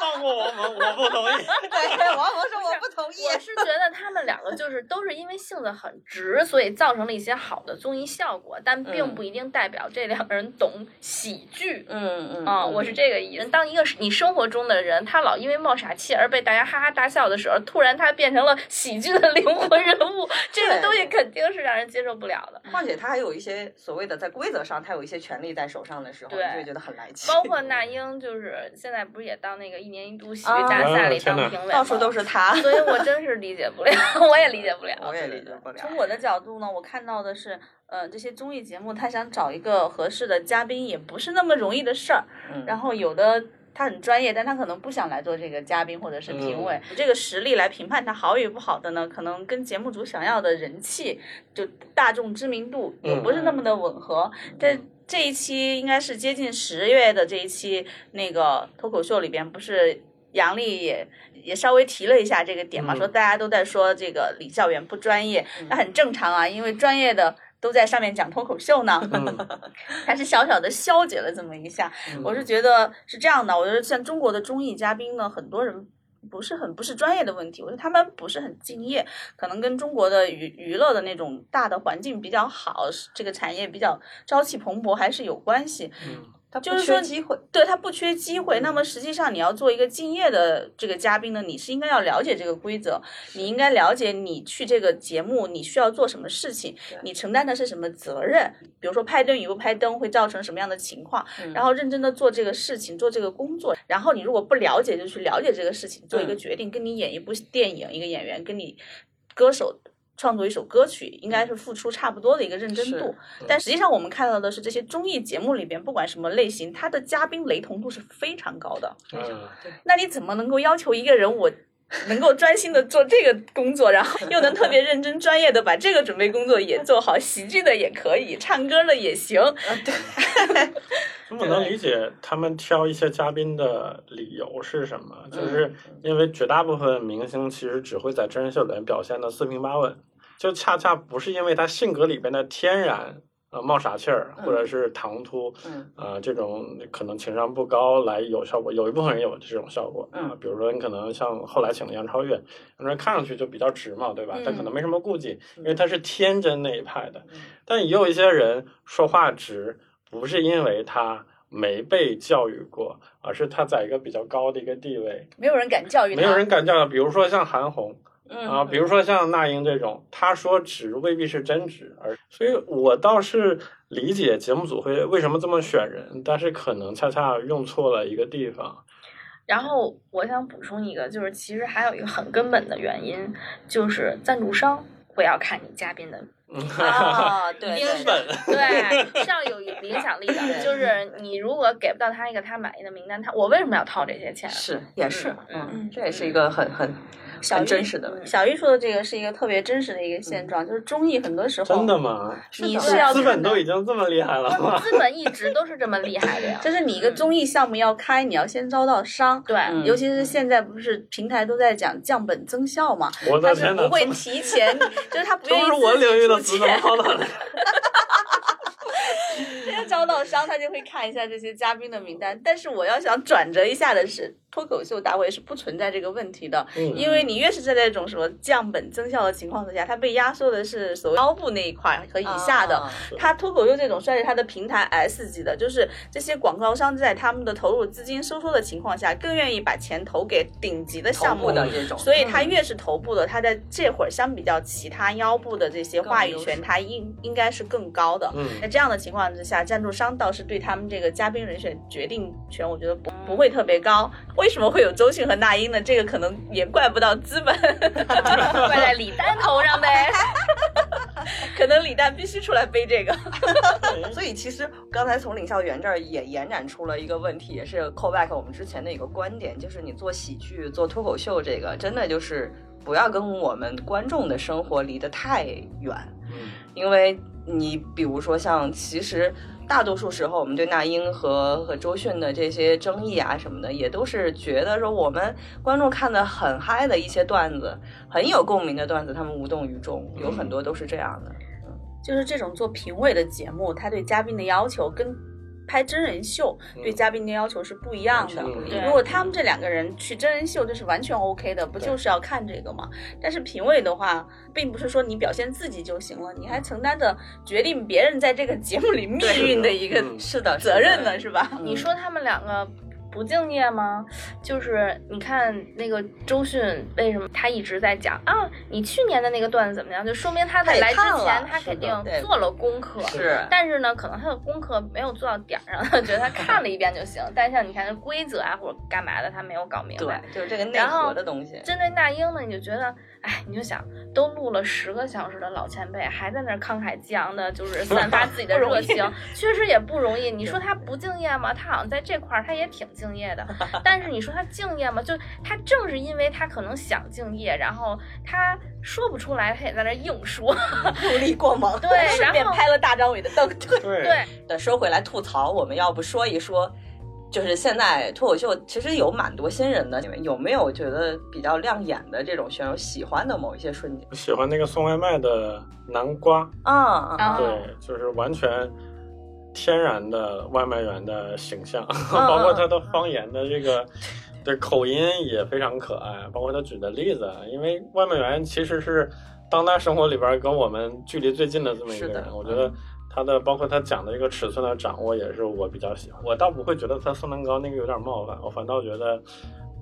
Speaker 4: 放过我们，我不同意。
Speaker 2: 对，王蒙说 我不同意。
Speaker 1: 我是觉得他们两个就是都是因为性子很直，所以造成了一些好的综艺效果，但并不一定代表这两个人懂喜剧。
Speaker 2: 嗯嗯
Speaker 1: 啊、我是这个意思。当一个是你生活中的人，他老因为冒傻气而被大家哈哈大笑的时候，突然他变成了喜剧的灵魂人物，这个
Speaker 2: 对
Speaker 1: 东西肯定是让人接受不了的。
Speaker 2: 况且他还有一些所谓的在规则上，他有一些权利在手上的时候，你
Speaker 1: 对
Speaker 2: 就会觉得很 来气。
Speaker 1: 包括那英，就是现在不是也到那个一年一度喜
Speaker 2: 啊
Speaker 1: 剧大赛里
Speaker 4: 天
Speaker 1: 当
Speaker 4: 哪
Speaker 1: 评委吗，
Speaker 2: 到处都是他，
Speaker 1: 所以我真是理解 不了，我也理解不了，
Speaker 2: 我也
Speaker 1: 对
Speaker 2: 理解不了
Speaker 3: 从。我的角度呢，我看到的是，呃，这些综艺节目他想找一个合适的嘉宾也不是那么容易的事儿。
Speaker 2: 嗯
Speaker 3: 然后有的他很专业，但他可能不想来做这个嘉宾或者
Speaker 4: 嗯
Speaker 3: 是评委，这个实力来评判他好与不好的呢，可能跟节目组想要的人气就大众知名度
Speaker 4: 嗯
Speaker 3: 也不是那么的吻合。但这一期应该是接近十月的这一期那个脱口秀里边不是。杨笠也也稍微提了一下这个点嘛，
Speaker 4: 嗯
Speaker 3: 嗯啊说大家都在说这个李孝元不专业，那很正常啊，因为专业的都在上面讲脱口秀呢？
Speaker 4: 嗯
Speaker 3: 还是小小的消解了这么一下。我是觉得是这样的，我觉得像中国的综艺嘉宾呢，很多人不是很不是专业的问题，我觉得他们不是很敬业，可能跟中国的娱娱乐的那种大的环境比较好，是这个产业比较朝气蓬勃还是有关系。
Speaker 4: 嗯
Speaker 2: 他不
Speaker 3: 就是
Speaker 2: 缺
Speaker 3: 说
Speaker 2: 机会，
Speaker 3: 对他不缺机会，那么实际上你要做一个敬业的这个嘉宾呢，你是应该要了解这个规则，你应该了解你去这个节目你需要做什么事情
Speaker 2: 对，
Speaker 3: 你承担的是什么责任，比如说拍灯与不拍灯会造成什么样的情况，
Speaker 2: 嗯
Speaker 3: 然后认真的做这个事情，做这个工作。然后你如果不了解，就去了解这个事情，做一个
Speaker 2: 嗯
Speaker 3: 决定。跟你演一部电影，一个演员跟你歌手创作一首歌曲，应
Speaker 4: 嗯
Speaker 3: 该是付出差不多的一个认真
Speaker 2: 是
Speaker 3: 度。但实际上我们看到的是，这些综艺节目里边，不管什么类型，它的嘉宾雷同度是非常高的。
Speaker 2: 非常
Speaker 4: 嗯
Speaker 2: 对
Speaker 3: 那你怎么能够要求一个人我？能够专心的做这个工作，然后又能特别认真专业的把这个准备工作也做好，喜剧的也可以，唱歌的也行，
Speaker 2: 啊对，
Speaker 4: 我能理解他们挑一些嘉宾的理由是什么，
Speaker 2: 嗯
Speaker 4: 就是因为绝大部分明星其实只会在真人秀里面表现的四平八稳，就恰恰不是因为他性格里边的天然呃冒傻气儿
Speaker 2: 嗯
Speaker 4: 或者是唐突
Speaker 2: 嗯
Speaker 4: 啊这种可能情商不高来有效果，有一部分人有这种效果
Speaker 2: 嗯
Speaker 4: 啊，比如说你可能像后来请的杨超越，让人看上去就比较直嘛，对吧？他可能没什么顾忌，因为他是天真那一派的。
Speaker 2: 嗯
Speaker 4: 但也有一些人说话直，不是因为他没被教育过，而是他在一个比较高的一个地位，
Speaker 3: 没有人敢教育他。
Speaker 4: 没有人敢教育。比如说像韩红
Speaker 2: 嗯
Speaker 4: 啊，比如说像那英这种，她说直未必是真直，而所以，我倒是理解节目组会为什么这么选人，但是可能恰恰用错了一个地方。
Speaker 1: 然后我想补充一个，就是其实还有一个很根本的原因，就是赞助商会要看你嘉宾的
Speaker 4: 嗯
Speaker 3: 啊，对，
Speaker 1: 一定
Speaker 3: 对
Speaker 1: 是
Speaker 4: 本
Speaker 1: 对，是要有影响力的。就是你如果给不到他一个他满意的名单，他我为什么要掏这些钱？
Speaker 2: 是也是，
Speaker 1: 嗯
Speaker 2: 嗯，这也是一个很很
Speaker 3: 小
Speaker 2: 很
Speaker 3: 玉
Speaker 2: 真实的问题，
Speaker 3: 小玉说的这个是一个特别真实的一个现状，就是综艺很多时候
Speaker 4: 嗯真的吗？
Speaker 3: 你
Speaker 2: 是的
Speaker 3: 哦是要
Speaker 4: 资
Speaker 3: 看
Speaker 4: 本
Speaker 3: 的
Speaker 4: 都已经这么厉 害了吗？
Speaker 1: 资本一直都是这么厉害的呀。嗯
Speaker 3: 就是你一个
Speaker 4: 嗯
Speaker 3: 综艺项目要开，你要先招到商。
Speaker 1: 对，
Speaker 2: 嗯
Speaker 3: 尤其是现在不是平台都在讲降本增效嘛，
Speaker 4: 我
Speaker 3: 他
Speaker 4: 的
Speaker 3: 是
Speaker 4: 天哪！
Speaker 3: 不会
Speaker 4: 这么
Speaker 3: 提前， 就是他不愿
Speaker 4: 都
Speaker 3: 意
Speaker 4: 是我
Speaker 3: 自己
Speaker 4: 领域的
Speaker 3: 出钱
Speaker 4: 词，怎么好冷？
Speaker 3: 先招到商， 他就会看一下这些嘉宾的名单。但是我要想转折一下的是，脱口秀大会是不存在这个问题的，
Speaker 4: 嗯
Speaker 3: 因为你越是在这种什么降本增效的情况之下，它被压缩的是所谓腰部那一块和以下的。
Speaker 2: 啊
Speaker 3: 它脱口秀这种算是它的平台 S 级的，就是这些广告商在他们的投入资金收缩的情况下，更愿意把钱投给顶级的
Speaker 2: 头
Speaker 3: 项目
Speaker 2: 部。的这 种，
Speaker 3: 所以它越是头部的，它在这会儿相比较其他腰部的这些
Speaker 2: 更有
Speaker 3: 话语
Speaker 2: 优势
Speaker 3: 权，它应应该是更高的。
Speaker 4: 嗯，
Speaker 3: 在这样的情况之下，赞助商倒是对他们这个嘉宾人选决定权，我觉得不不会特别高。为什么会有周迅和那英呢？这个可能也怪不到资本，
Speaker 1: 怪在李诞头上呗。
Speaker 3: 可能李诞必须出来背这个。
Speaker 2: 所以其实刚才从领笑员这儿也延展出了一个问题，也是 callback 我们之前的一个观点，就是你做喜剧、做脱口秀这个，真的就是不要跟我们观众的生活离得太远，
Speaker 4: 嗯
Speaker 2: 因为你比如说像其实。大多数时候，我们对那英和和周迅的这些争议啊什么的，也都是觉得说我们观众看的很嗨的一些段子，很有共鸣的段子，他们无动于衷，有
Speaker 1: 嗯
Speaker 2: 很多都是这样的。
Speaker 3: 就是这种做评委的节目，他对嘉宾的要求跟拍真人秀
Speaker 4: 嗯
Speaker 3: 对嘉宾的要求是不一样的。
Speaker 4: 嗯
Speaker 1: 对
Speaker 3: 如果他们这两个人去真人秀，这是完全 OK 的，不就是要看这个吗？但是评委的话，并不是说你表现自己就行了，你
Speaker 4: 嗯
Speaker 3: 还承担着决定别人在这个节目里命运的一个
Speaker 4: 嗯
Speaker 2: 是的，
Speaker 3: 责任呢，
Speaker 2: 是
Speaker 3: 是吧？
Speaker 2: 的
Speaker 1: 你说他们两个不敬业吗？就是你看那个周迅，为什么他一直在讲啊？你去年的那个段子怎么样？就说明他在来之
Speaker 2: 他也看
Speaker 1: 前，
Speaker 2: 了
Speaker 1: 他肯定
Speaker 2: 是的对
Speaker 1: 做了功课。
Speaker 2: 是
Speaker 1: 但是呢，可能他的功课没有做到点儿上， 他觉得他看了一遍就行。但是像你看这规则啊或者干嘛的，他没有搞明白。
Speaker 2: 对，就是这个内
Speaker 1: 然后
Speaker 2: 核的东西。
Speaker 1: 针对那英呢，你就觉得，哎，你就想，都录了十个小时的老前辈，还在那儿慷慨激昂的，就是散发自己的
Speaker 3: 不容
Speaker 1: 热
Speaker 3: 易
Speaker 1: 情，确实也不容易。你说他不敬业吗？他好像在这块儿他也挺敬业的，但是你说他敬业吗？就他正是因为他可能想敬业，然后他说不出来，他也在那儿硬说。
Speaker 3: 努力过猛，
Speaker 1: 对
Speaker 3: 顺便
Speaker 1: 然 后
Speaker 3: 拍了大张伟的凳。对，
Speaker 4: 对
Speaker 1: 对，
Speaker 2: 对，说回来吐槽，我们要不说一说就是现在脱口秀其实有蛮多新人的，你们有没有觉得比较亮眼的这种选手喜欢的某一些瞬间？
Speaker 4: 我喜欢那个送外卖的南瓜，
Speaker 2: 啊、嗯，
Speaker 3: 啊
Speaker 4: 对，就是完全天然的外卖员的形象，
Speaker 2: 嗯
Speaker 4: 包括他的方言的这个。对口音也非常可爱，包括他举的例子，啊因为外卖员其实是当代生活里边跟我们距离最近的这么一个
Speaker 2: 是的嗯
Speaker 4: 人，我觉得他的包括他讲的这个尺寸的掌握也是我比较喜欢。我倒不会觉得他送蛋糕那个有点冒犯，我反倒觉得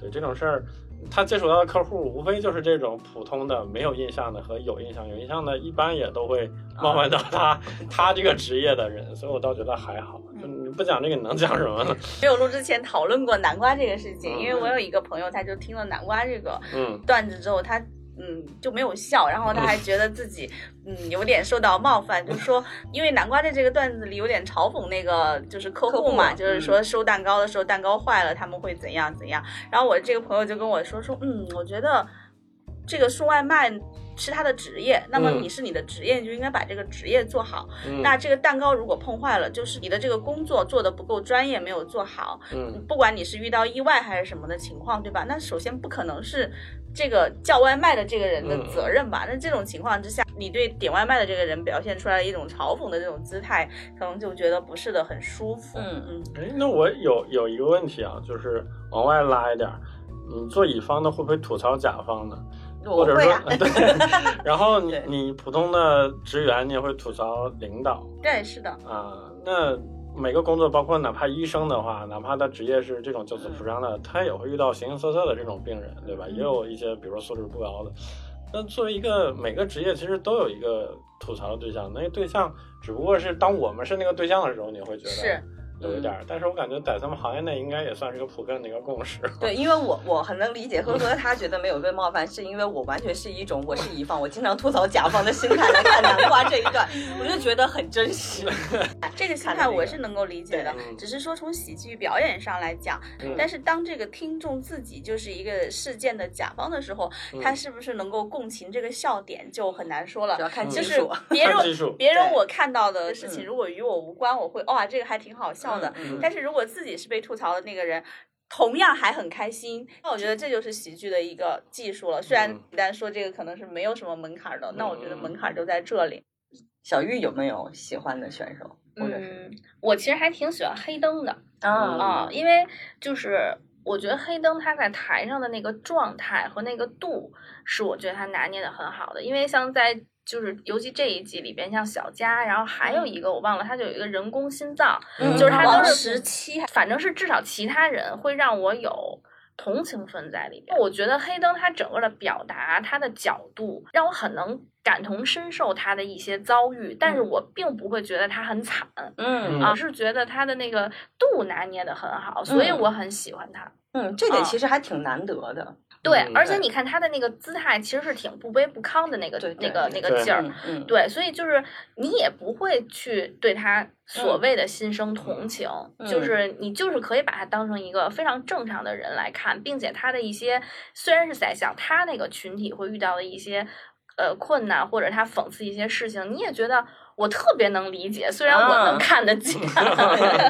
Speaker 4: 对这种事儿，他接触到的客户无非就是这种普通的没有印象的和有印象，有印象的一般也都会冒犯到他、
Speaker 2: 啊
Speaker 4: 他这个职业的人，所以我倒觉得还好。
Speaker 2: 嗯
Speaker 4: 就你不讲这个，你能讲什么呢？
Speaker 3: 没有录之前讨论过南瓜这个事情，
Speaker 4: 嗯
Speaker 3: 因为我有一个朋友，他就听了南瓜这个
Speaker 4: 嗯。
Speaker 3: 段子之后，他嗯就没有笑，然后他还觉得自己嗯有点受到冒犯，就说因为南瓜在这个段子里有点嘲讽那个就是客户嘛，
Speaker 2: 客户嗯
Speaker 3: 就是说收蛋糕的时候蛋糕坏了他们会怎样怎样。然后我这个朋友就跟我说说，嗯，我觉得这个送外卖。是他的职业，那么
Speaker 4: 嗯
Speaker 3: 你是你的职业，你就应该把这个职业做好。
Speaker 4: 嗯
Speaker 3: 那这个蛋糕如果碰坏了，就是你的这个工作做的不够专业，没有做好。
Speaker 4: 嗯
Speaker 3: 不管你是遇到意外还是什么的情况，对吧？那首先不可能是这个叫外卖的这个人的
Speaker 4: 嗯
Speaker 3: 责任吧？那这种情况之下，你对点外卖的这个人表现出来一种嘲讽的这种姿态，可能就觉得不是的很舒服。
Speaker 2: 嗯
Speaker 3: 嗯，
Speaker 4: 哎，那我有有一个问题啊，就是往外拉一点儿，你做乙方的会不会吐槽甲方呢？
Speaker 2: 我
Speaker 4: 或者
Speaker 2: 会
Speaker 4: 说、
Speaker 2: 啊，
Speaker 4: 对，然后你
Speaker 2: 对
Speaker 4: 你普通的职员，你也会吐槽领导
Speaker 3: 对，是的，
Speaker 4: 啊、那每个工作，包括哪怕医生的话，哪怕他职业是这种救死扶伤的，他也会遇到形形色色的这种病人，对吧？也有一些比如说素质不高的。那作为一个每个职业，其实都有一个吐槽的对象，那个对象只不过是当我们是那个对象的时候，你会觉得
Speaker 3: 是
Speaker 4: 有一点儿，但是我感觉在他们行业内应该也算是个普遍的一个共识。
Speaker 2: 对，因为我我很能理解呵呵，他觉得没有被冒犯，是因为我完全是一种我是乙方，我经常吐槽甲方的心态来看南瓜这一段，我就觉得很真实。
Speaker 3: 这个心
Speaker 2: 哎看
Speaker 3: 态
Speaker 2: 了那
Speaker 3: 我
Speaker 2: 个
Speaker 3: 是能够理解的
Speaker 4: 对嗯，
Speaker 3: 只是说从喜剧表演上来讲，
Speaker 4: 嗯
Speaker 3: 但是当这个听众自己就是一个事件的甲方的时候，
Speaker 4: 嗯
Speaker 3: 他是不是能够共情这个笑点就很难说了
Speaker 2: 主。要看技
Speaker 3: 就是
Speaker 2: 术，啊
Speaker 3: 别 人
Speaker 4: 看技术
Speaker 3: 别人
Speaker 2: 对
Speaker 3: 我看到的事情，
Speaker 2: 嗯
Speaker 3: 如果与我无关，我会哇、这个还挺好笑的。
Speaker 2: 嗯嗯
Speaker 3: 但是如果自己是被吐槽的那个人，同样还很开心，那我觉得这就是喜剧的一个技术了。虽然
Speaker 4: 嗯
Speaker 3: 一旦说这个可能是没有什么门槛的，那我觉得
Speaker 4: 嗯嗯
Speaker 3: 门槛就在这里。
Speaker 2: 小玉有没有喜欢的选手？或者是
Speaker 1: 嗯，我其实还挺喜欢黑灯的
Speaker 4: 嗯
Speaker 2: 啊
Speaker 1: 啊、因为就是我觉得黑灯他在台上的那个状态和那个度，是我觉得他拿捏的很好的。因为像在就是尤其这一季里边，像小佳，然后还有一个我忘了，他就有一个人工心脏，
Speaker 2: 嗯
Speaker 1: 就是他
Speaker 3: 王
Speaker 1: 都是
Speaker 3: 十七，
Speaker 1: 反正是至少其他人会让我有同情分在里边。我觉得黑灯他整个的表达，他的角度让我很能感同身受他的一些遭遇，但是
Speaker 2: 嗯
Speaker 1: 我并不会觉得他很惨，
Speaker 2: 嗯
Speaker 1: 我是觉得他的那个度拿捏的很好，所以
Speaker 2: 嗯
Speaker 1: 我很喜欢他。
Speaker 2: 嗯，这点
Speaker 1: 啊
Speaker 2: 其实还挺难得的。
Speaker 1: 对，
Speaker 4: 嗯
Speaker 1: 而且
Speaker 2: 对
Speaker 1: 你看他的那个姿态，其实是挺不卑不亢的那个
Speaker 2: 对
Speaker 1: 那
Speaker 2: 对
Speaker 1: 个那
Speaker 2: 对
Speaker 1: 个劲儿。
Speaker 2: 嗯嗯，
Speaker 1: 对，所以就是你也不会去对他所谓的心生同情，
Speaker 2: 嗯
Speaker 1: 就是你就是可以把他当成一个非常正常的人来看，并且他的一些虽然是在想他那个群体会遇到的一些呃困难，或者他讽刺一些事情，你也觉得我特别能理解，虽然我能
Speaker 2: 啊
Speaker 1: 看得 见，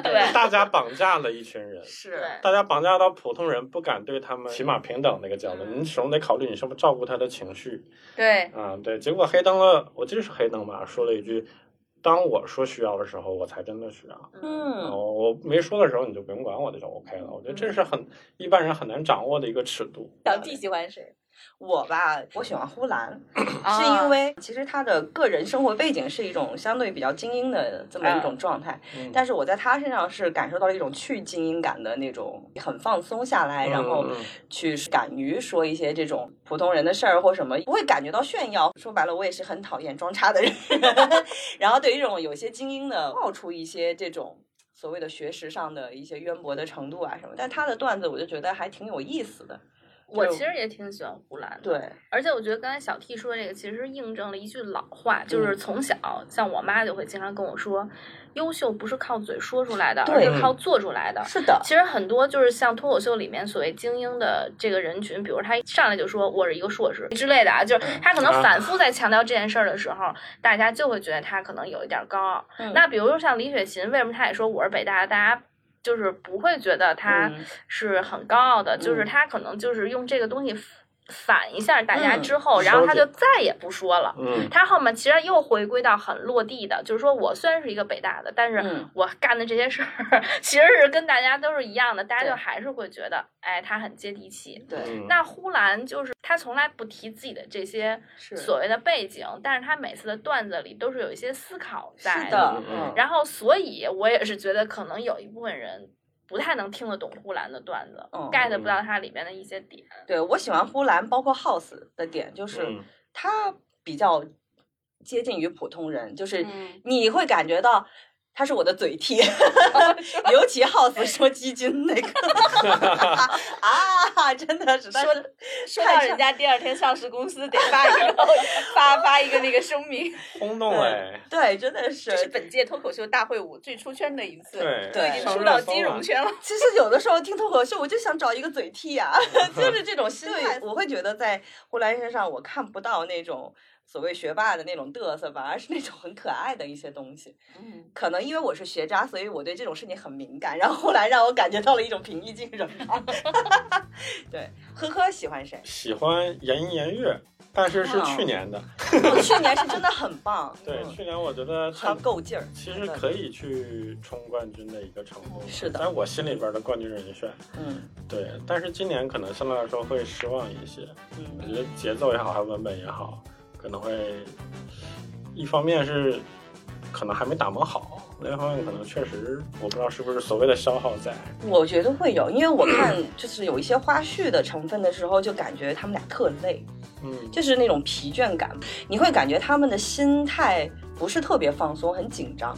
Speaker 1: 对。
Speaker 4: 嗯大家绑架了一 群人，
Speaker 2: 是
Speaker 1: 对
Speaker 4: 大家绑架到普通人不敢对他们起码平等那个角度，
Speaker 3: 嗯
Speaker 4: 你始终得考虑你是不是照顾他的情绪
Speaker 3: 对，
Speaker 4: 啊。对，结果黑灯了，我记得是黑灯吧，说了一句：“当我说需要的时候，我才真的需要。”啊
Speaker 2: 嗯，
Speaker 4: 我我没说的时候，你就不用管我，这就 OK 了。我觉得这是很一般人很难掌握的一个尺度。
Speaker 3: 小弟喜欢谁？
Speaker 2: 我吧，我喜欢呼兰，
Speaker 3: 啊
Speaker 2: 是因为其实他的个人生活背景是一种相对比较精英的这么一种状态，
Speaker 4: 嗯
Speaker 2: 但是我在他身上是感受到了一种去精英感的那种，很放松下来，
Speaker 4: 嗯
Speaker 2: 然后
Speaker 4: 嗯
Speaker 2: 去敢于说一些这种普通人的事儿或什么，不会感觉到炫耀。说白了，我也是很讨厌装叉的人， 然后对于这种有些精英的冒出一些这种。所谓的学识上的一些渊博的程度啊什么，但他的段子我就觉得还挺有意思的。
Speaker 1: 我
Speaker 2: 就
Speaker 1: 其实也挺喜欢呼兰的，
Speaker 2: 对，
Speaker 1: 而且我觉得刚才小 T 说的这个，其实印证了一句老话，
Speaker 2: 嗯
Speaker 1: 就是从小像我妈就会经常跟我说，优秀不是靠嘴说出来的，
Speaker 2: 对
Speaker 1: 而是靠做出来的。
Speaker 2: 是的，
Speaker 1: 其实很多就是像脱口秀里面所谓精英的这个人群，比如他一上来就说我是一个硕士之类的啊，就是他可能
Speaker 4: 啊
Speaker 1: 反复在强调这件事儿的时候，大家就会觉得他可能有一点高傲。
Speaker 2: 嗯
Speaker 1: 那比如说像李雪琴，为什么她也说我是北大的？大家就是不会觉得他
Speaker 2: 嗯
Speaker 1: 是很高傲的，就是
Speaker 2: 嗯
Speaker 1: 他可能就是用这个东西反一下大家
Speaker 2: 嗯
Speaker 1: 之后，然后
Speaker 4: 消
Speaker 1: 他
Speaker 4: 解
Speaker 1: 就再也不说了。
Speaker 4: 嗯
Speaker 1: 他后面其实又回归到很落地的，就是说我虽然是一个北大的，但是
Speaker 2: 嗯
Speaker 1: 我干的这些事儿 其实是跟大家都是一样的，大家
Speaker 2: 对
Speaker 1: 就还是会觉得，哎，他很接地气。
Speaker 2: 对，
Speaker 4: 嗯
Speaker 1: 那呼兰就是他从来不提自己的这些
Speaker 2: 是
Speaker 1: 所谓的背景，但是他每次的段子里都是有一些思考在
Speaker 2: 是的
Speaker 4: 嗯嗯，嗯
Speaker 1: 然后，所以我也是觉得，可能有一部分人不太能听得懂呼兰的段子、
Speaker 2: 嗯
Speaker 1: g e t
Speaker 4: 嗯
Speaker 1: 不到它里面的一些点。
Speaker 2: 对我喜欢呼兰，包括 House 的点就是
Speaker 4: 嗯
Speaker 2: 他比较接近于普通人，就是
Speaker 3: 嗯
Speaker 2: 你会感觉到。他是我的嘴替，
Speaker 3: 哦
Speaker 2: 尤其 House 说基金那个 啊，真的是但
Speaker 3: 说
Speaker 2: 是
Speaker 3: 说到人家第二天上市公司得发一个发发一个那个声明，
Speaker 4: 轰动哎，
Speaker 2: 对，真的是
Speaker 3: 这是本届脱口秀大会我最出圈的一次，
Speaker 4: 对
Speaker 3: 都已经
Speaker 2: 上
Speaker 3: 出到金融，圈了。
Speaker 2: 其实有的时候听脱口秀，我就想找一个嘴替 啊，就是这种心态。我会觉得在胡兰身上，我看不到那种所谓学霸的那种嘚瑟，反而是那种很可爱的一些东西。
Speaker 3: 嗯，
Speaker 2: 可能因为我是学渣，所以我对这种事情很敏感。 然后后来让我感觉到了一种平易近人吧。 对，呵呵，喜欢谁？
Speaker 4: 喜欢言音言悦，但是是去年的，
Speaker 2: 我哦去年是真的很 棒，
Speaker 4: 对，
Speaker 2: 嗯
Speaker 4: 去年我觉得
Speaker 2: 他
Speaker 4: 趁
Speaker 2: 够劲儿，
Speaker 4: 其实可以去冲冠军的一个程度，
Speaker 2: 是的
Speaker 4: 但我心里边的冠军人选，
Speaker 2: 嗯
Speaker 4: 对，但是今年可能相对来说会失望一些，我
Speaker 2: 嗯
Speaker 4: 觉得节奏也好，还有文本也好，可能会一方面是可能还没打磨好，另一方面可能确实我不知道是不是所谓的消耗在，
Speaker 2: 我觉得会有，因为我看就是有一些花絮的成分的时候，就感觉他们俩特累。
Speaker 4: 嗯，
Speaker 2: 就是那种疲倦感，你会感觉他们的心态不是特别放松，很紧张，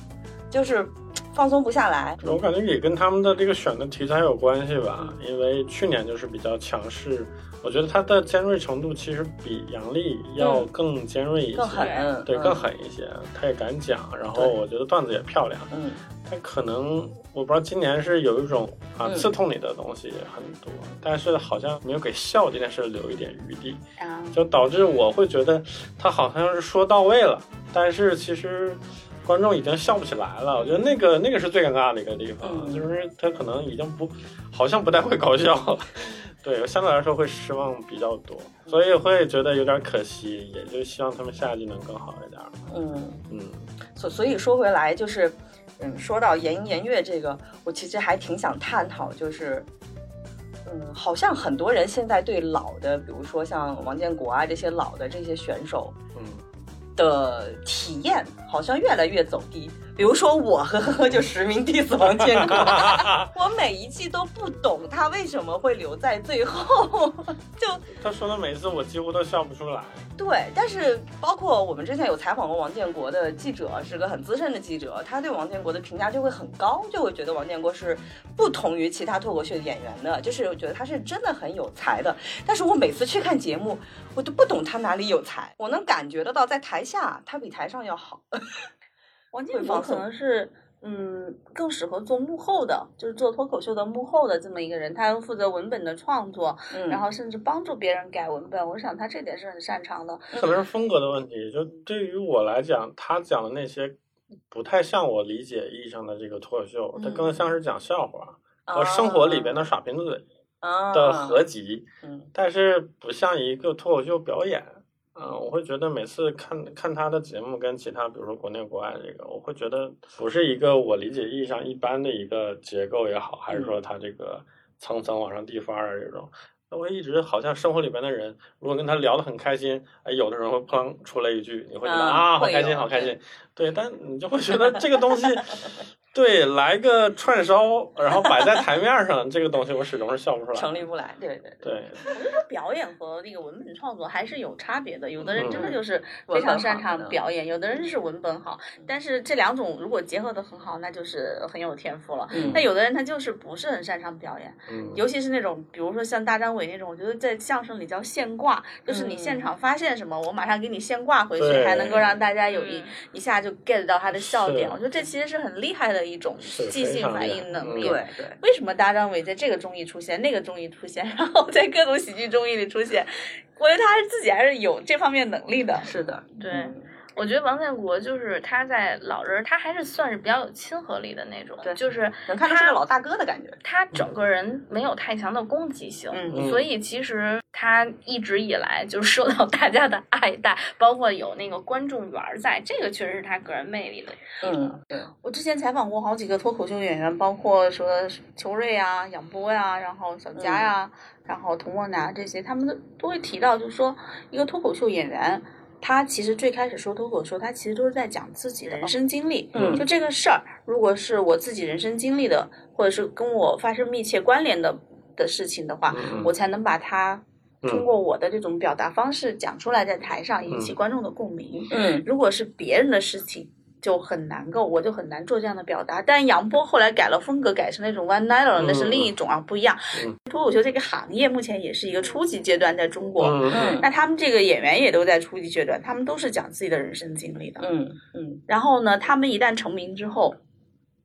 Speaker 2: 就是嘖放松不下来。
Speaker 4: 我感觉也跟他们的这个选的题材有关系吧，因为去年就是比较强势，我觉得它的尖锐程度其实比杨笠要更尖锐一些，
Speaker 2: 嗯更狠，嗯
Speaker 4: 对，更。狠一些，他也敢讲，然后
Speaker 2: 对
Speaker 4: 我觉得段子也漂亮，
Speaker 2: 嗯，
Speaker 4: 但可能我不知道今年是有一种啊
Speaker 2: 嗯
Speaker 4: 刺痛你的东西很多，但是好像没有给笑这件事留一点余地，
Speaker 3: 啊，
Speaker 4: 就导致我会觉得他好像是说到位了，但是其实观众已经笑不起来了。我觉得那个那个是最尴尬的一个地方，
Speaker 2: 嗯
Speaker 4: 就是他可能已经不好像不太会搞笑了， 对，相对来说会失望比较多，所以会觉得有点可惜，也就希望他们下一季能更好一点吧。
Speaker 2: 嗯，
Speaker 4: 嗯
Speaker 2: 所所以说回来就是，嗯，说到言音言乐这个，我其实还挺想探讨，就是，嗯，好像很多人现在对老的，比如说像王建国啊这些老的这些选手，
Speaker 4: 嗯，
Speaker 2: 的体验好像越来越走低。比如说我呵呵呵就实名 diss 王建国，我每一季都不懂他为什么会留在最后。
Speaker 4: 他说的每次我几乎都笑不出来。
Speaker 2: 对，但是包括我们之前有采访过王建国的记者，是个很资深的记者，他对王建国的评价就会很高，就会觉得王建国是不同于其他脱口秀演员的，就是我觉得他是真的很有才的。但是我每次去看节目，我都不懂他哪里有才，我能感觉得到在台下他比台上要好。
Speaker 3: 王
Speaker 2: 会
Speaker 3: 建国
Speaker 2: 放
Speaker 3: 可
Speaker 2: 松
Speaker 3: 能是嗯更适合做幕后的，就是做脱口秀的幕后的这么一个人，他又负责文本的创作，
Speaker 2: 嗯，
Speaker 3: 然后甚至帮助别人改文本。我想他这点是很擅长的。
Speaker 4: 可能是风格的问题。就对于我来讲，他讲的那些不太像我理解意义上的这个脱口秀，他更像是讲笑话
Speaker 2: 哦
Speaker 4: 和生活里边的耍贫嘴
Speaker 2: 啊
Speaker 4: 的合集，
Speaker 2: 嗯
Speaker 4: 但是不像一个脱口秀表演。嗯，我会觉得每次看看他的节目跟其他，比如说国内国外这个，我会觉得不是一个我理解意义上一般的一个结构也好，还是
Speaker 2: 嗯
Speaker 4: 说他这个层层往上递翻儿的啊这种，那会一直好像生活里边的人，如果跟他聊得很开心，哎，有的人会砰出来一句，你会觉得、
Speaker 2: 嗯
Speaker 4: 啊，好
Speaker 2: 会
Speaker 4: 开心，
Speaker 2: 有
Speaker 4: 好开心，对，但你就会觉得这个东西，对，来个串烧，然后摆在台面上，这个东西我始终是笑不出来
Speaker 2: 成
Speaker 4: 的。
Speaker 2: 立不来，对对对，
Speaker 4: 对，
Speaker 3: 表演和那个文本创作还是有差别的，有的人真的
Speaker 4: 嗯
Speaker 3: 就是非常擅长表演，有的人是文本好，但是这两种如果结合的很好，那就是很有天赋了。
Speaker 2: 嗯
Speaker 3: 但有的人他就是不是很擅长表演，
Speaker 4: 嗯，
Speaker 3: 尤其是那种，比如说像大张伟那种，我觉得在相声里叫现挂，就是你现场发现什么，我马上给你现挂回去，
Speaker 4: 对
Speaker 3: 还能够让大家
Speaker 1: 还
Speaker 3: 有一、一下就 get 到他的笑点。
Speaker 4: 是
Speaker 3: 我觉得这其实是很厉害的一种
Speaker 4: 是
Speaker 3: 即
Speaker 4: 非
Speaker 3: 兴
Speaker 4: 常
Speaker 3: 反
Speaker 4: 厉
Speaker 3: 应
Speaker 4: 害
Speaker 3: 能
Speaker 4: 嗯
Speaker 3: 力。
Speaker 2: 对对，
Speaker 3: 为什么大张伟在这个综艺出现，那个综艺出现， 然后在各种喜剧综艺里出现？我觉得他自己还是有这方面能力的。
Speaker 2: 是的，
Speaker 1: 对，
Speaker 2: 嗯
Speaker 1: 我觉得王建国就是他在老人儿，他还是算是比较有亲和力的那种
Speaker 2: 对，
Speaker 1: 就是
Speaker 2: 能看出是个老大哥的感觉。
Speaker 1: 他整个人没有太强的攻击性，
Speaker 2: 嗯
Speaker 1: 所以其实他一直以来就是受到大家的爱戴，包括有那个观众缘儿在，这个确实是他个人魅力的。
Speaker 2: 嗯，对，
Speaker 3: 我之前采访过好几个脱口秀演员，包括说裘瑞啊、杨波呀、然后小佳呀、
Speaker 4: 嗯
Speaker 3: 然后童梦楠这些，他们都都会提到，就是说一个脱口秀演员，他其实最开始说脱口秀，他其实都是在讲自己的人生经历。
Speaker 2: 嗯
Speaker 3: 就这个事儿，如果是我自己人生经历的，或者是跟我发生密切关联的的事情的话，
Speaker 4: 嗯嗯嗯
Speaker 3: 我才能把它通过我的这种表达方式讲出来，在台上引起
Speaker 4: 嗯
Speaker 3: 观众的共鸣。
Speaker 2: 嗯
Speaker 3: 如果是别人的事情，就很难够，我就很难做这样的表达。但杨波后来改了风格，改成那种 one night 了，那是另一种啊，不一样
Speaker 4: 嗯。
Speaker 3: 脱口秀这个行业目前也是一个初级阶段，在中国。
Speaker 4: 嗯嗯
Speaker 3: 那他们这个演员也都在初级阶段，他们都是讲自己的人生经历的。
Speaker 2: 嗯嗯
Speaker 3: 然后呢，他们一旦成名之后，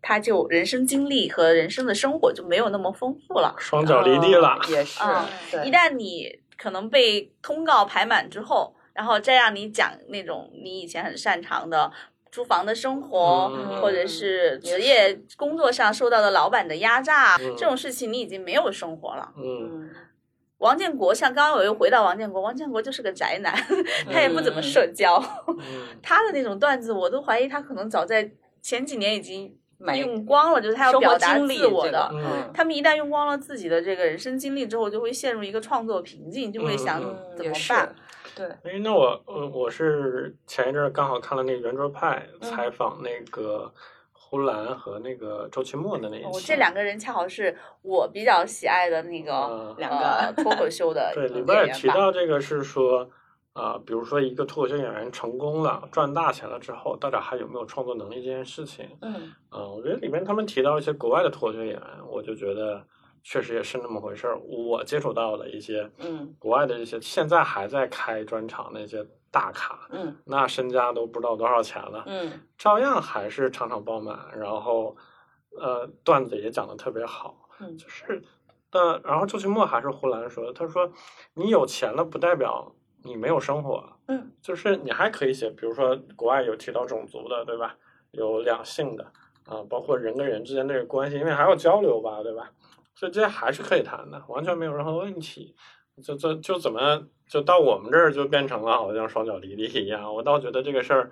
Speaker 3: 他就人生经历和人生的生活就没有那么丰富了。
Speaker 4: 双脚离地了
Speaker 2: 哦，也是
Speaker 3: 嗯，
Speaker 2: 对
Speaker 3: 一旦你可能被通告排满之后，然后再让你讲那种你以前很擅长的租房的生活，
Speaker 4: 嗯
Speaker 3: 或者是职业工作上受到的老板的压榨，
Speaker 4: 嗯
Speaker 3: 这种事情你已经没有生活了。
Speaker 4: 嗯
Speaker 2: 嗯
Speaker 3: 王建国，像刚刚我又回到王建国，王建国就是个宅男， 他也不怎么社交，
Speaker 4: 嗯
Speaker 3: 他的那种段子我都怀疑他可能早在前几年已经
Speaker 2: 没
Speaker 3: 用光了，就是他要
Speaker 2: 生
Speaker 3: 表
Speaker 2: 活
Speaker 3: 达
Speaker 2: 经历
Speaker 3: 自我的。
Speaker 2: 这个嗯
Speaker 3: 他们一旦用光了自己的这个人生经历之后，就会陷入一个创作瓶颈，就会想
Speaker 4: 嗯
Speaker 3: 怎么办？？
Speaker 2: 对，
Speaker 4: 哎，那我我我是前一阵儿刚好看了那个圆桌派
Speaker 3: 嗯
Speaker 4: 采访那个呼兰和那个周奇墨的那一
Speaker 3: 我
Speaker 4: 期，
Speaker 3: 哦这两个人恰好是我比较喜爱的那个
Speaker 4: 嗯
Speaker 2: 两个
Speaker 3: 呃脱口秀的
Speaker 4: 对里
Speaker 3: 演
Speaker 4: 边儿也
Speaker 3: 员
Speaker 4: 提
Speaker 3: 吧
Speaker 4: 到这个是说。啊、比如说一个脱口秀演员成功了，赚大钱了之后，到底还有没有创作能力这件事情？
Speaker 2: 嗯
Speaker 4: 嗯，我觉得里面他们提到一些国外的脱口秀演员，我就觉得确实也是那么回事儿。我接触到的一些
Speaker 2: 嗯
Speaker 4: 国外的一些现在还在开专场那些大咖，
Speaker 2: 嗯
Speaker 4: 那身家都不知道多少钱了，
Speaker 2: 嗯
Speaker 4: 照样还是场场爆满，然后呃段子也讲得特别好，
Speaker 2: 嗯
Speaker 4: 就是那然后周奇墨还是呼兰说的，他说你有钱了不代表你没有生活，
Speaker 2: 嗯
Speaker 4: 就是你还可以写，比如说国外有提到种族的，对吧？有两性的啊、包括人跟人之间这个关系，因为还要交流吧，对吧？所以这些还是可以谈的，完全没有任何问题。就就就怎么就到我们这儿就变成了好像双脚离地一样，我倒觉得这个事儿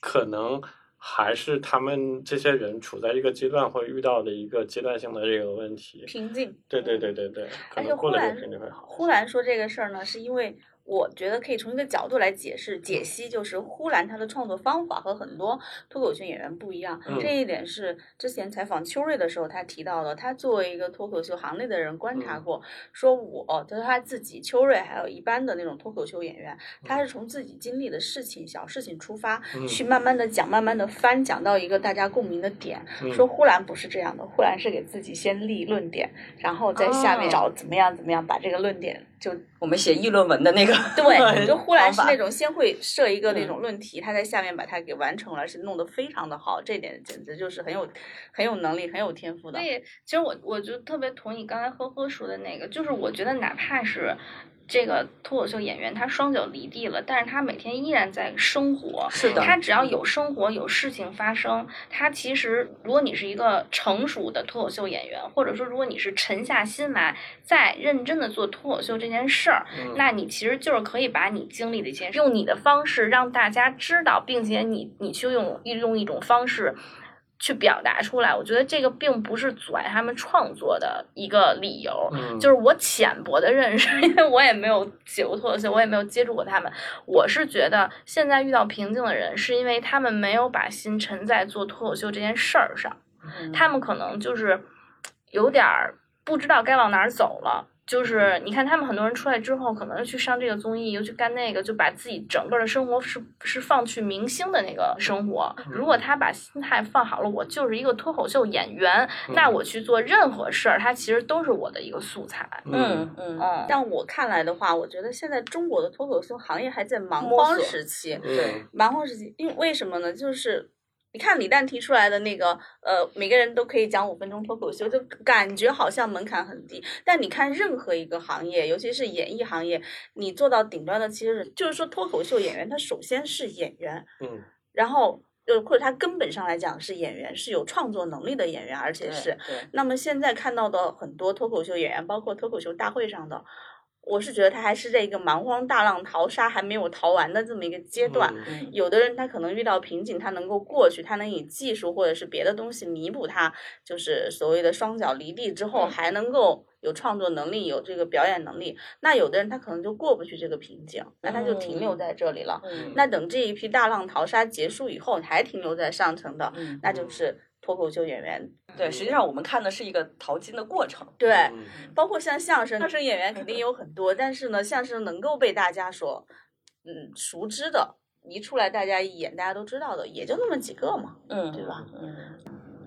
Speaker 4: 可能还是他们这些人处在一个阶段会遇到的一个阶段性的这个问题。
Speaker 3: 瓶颈。
Speaker 4: 对对对对对，可
Speaker 3: 而且
Speaker 4: 能
Speaker 3: 哎忽
Speaker 4: 过了这
Speaker 3: 然
Speaker 4: 个肯定会好。
Speaker 3: 忽然说这个事儿呢，是因为我觉得可以从一个角度来解释解析，就是呼兰他的创作方法和很多脱口秀演员不一样。
Speaker 4: 嗯
Speaker 3: 这一点是之前采访秋瑞的时候他提到的，他作为一个脱口秀行内的人观
Speaker 4: 嗯
Speaker 3: 察过，说我就是他自己，秋瑞还有一般的那种脱口秀演员，他是从自己经历的事情、小事情出发，
Speaker 4: 嗯
Speaker 3: 去慢慢的讲，慢慢的翻，讲到一个大家共鸣的点。
Speaker 4: 嗯
Speaker 3: 说呼兰不是这样的，呼兰是给自己先立论点，然后在下面
Speaker 2: 哦
Speaker 3: 找怎么样怎么样把这个论点 就
Speaker 2: 我们写议论文的那个，哎
Speaker 3: 对，就呼兰是
Speaker 2: 方法
Speaker 3: 那种先会设一个那
Speaker 2: 嗯
Speaker 3: 种论题，他在下面把它给完成了，而且弄得非常的好，这点简直就是很有很有能力、很有天赋的
Speaker 1: 所。以，其实我我就特别同意刚才呵呵说的那个，就是我觉得哪怕是这个脱口秀演员，他双脚离地了，但是他每天依然在生活。
Speaker 2: 是的，
Speaker 1: 他只要有生活有事情发生，他其实如果你是一个成熟的脱口秀演员，或者说如果你是沉下心来再认真的做脱口秀这件事儿，
Speaker 4: 嗯
Speaker 1: 那你其实就是可以把你经历的一些，用你的方式让大家知道，并且你你去用用一种方式去表达出来。我觉得这个并不是阻碍他们创作的一个理由。
Speaker 4: 嗯，
Speaker 1: 就是我浅薄的认识，因为我也没有写过脱口秀，我也没有接触过他们。我是觉得现在遇到瓶颈的人，是因为他们没有把心沉在做脱口秀这件事儿上。他们可能就是有点儿不知道该往哪儿走了。就是你看，他们很多人出来之后，可能去上这个综艺，又去干那个，就把自己整个的生活是是放去明星的那个生活。如果他把心态放好了，我就是一个脱口秀演员，那我去做任何事儿，它其实都是我的一个素材。
Speaker 2: 嗯嗯
Speaker 1: 嗯，
Speaker 3: 但我看来的话，我觉得现在中国的脱口秀行业还在蛮
Speaker 2: 摸
Speaker 3: 荒
Speaker 2: 索
Speaker 3: 时期，
Speaker 4: 嗯
Speaker 3: 蛮荒时期，因为为什么呢？就是你看李诞提出来的那个，呃，每个人都可以讲五分钟脱口秀，就感觉好像门槛很低。但你看任何一个行业，尤其是演艺行业，你做到顶端的，其实就是说脱口秀演员，他首先是演员，
Speaker 4: 嗯，
Speaker 3: 然后呃，或者他根本上来讲是演员，是有创作能力的演员，而且
Speaker 2: 对
Speaker 3: 是
Speaker 2: 对
Speaker 3: 那么现在看到的很多脱口秀演员，包括脱口秀大会上的，我是觉得他还是在一个蛮荒大浪淘沙还没有淘完的这么一个阶段。
Speaker 4: 嗯
Speaker 2: 嗯
Speaker 3: 有的人他可能遇到瓶颈，他能够过去，他能以技术或者是别的东西弥补他，就是所谓的双脚离地之后，
Speaker 2: 嗯
Speaker 3: 还能够有创作能力，有这个表演能力。那有的人他可能就过不去这个瓶颈，那他就停留在这里了。
Speaker 2: 嗯
Speaker 3: 那等这一批大浪淘沙结束以后，你还停留在上层的，
Speaker 2: 嗯
Speaker 3: 那就是脱口秀演员。
Speaker 2: 对，实际上我们看的是一个淘金的过程。
Speaker 3: 对，
Speaker 4: 嗯
Speaker 3: 包括像相声，相声演员肯定有很多，但是呢，相声能够被大家所嗯熟知的，一出来大家一眼大家都知道的，也就那么几个嘛，
Speaker 2: 嗯
Speaker 3: 对吧？
Speaker 2: 嗯，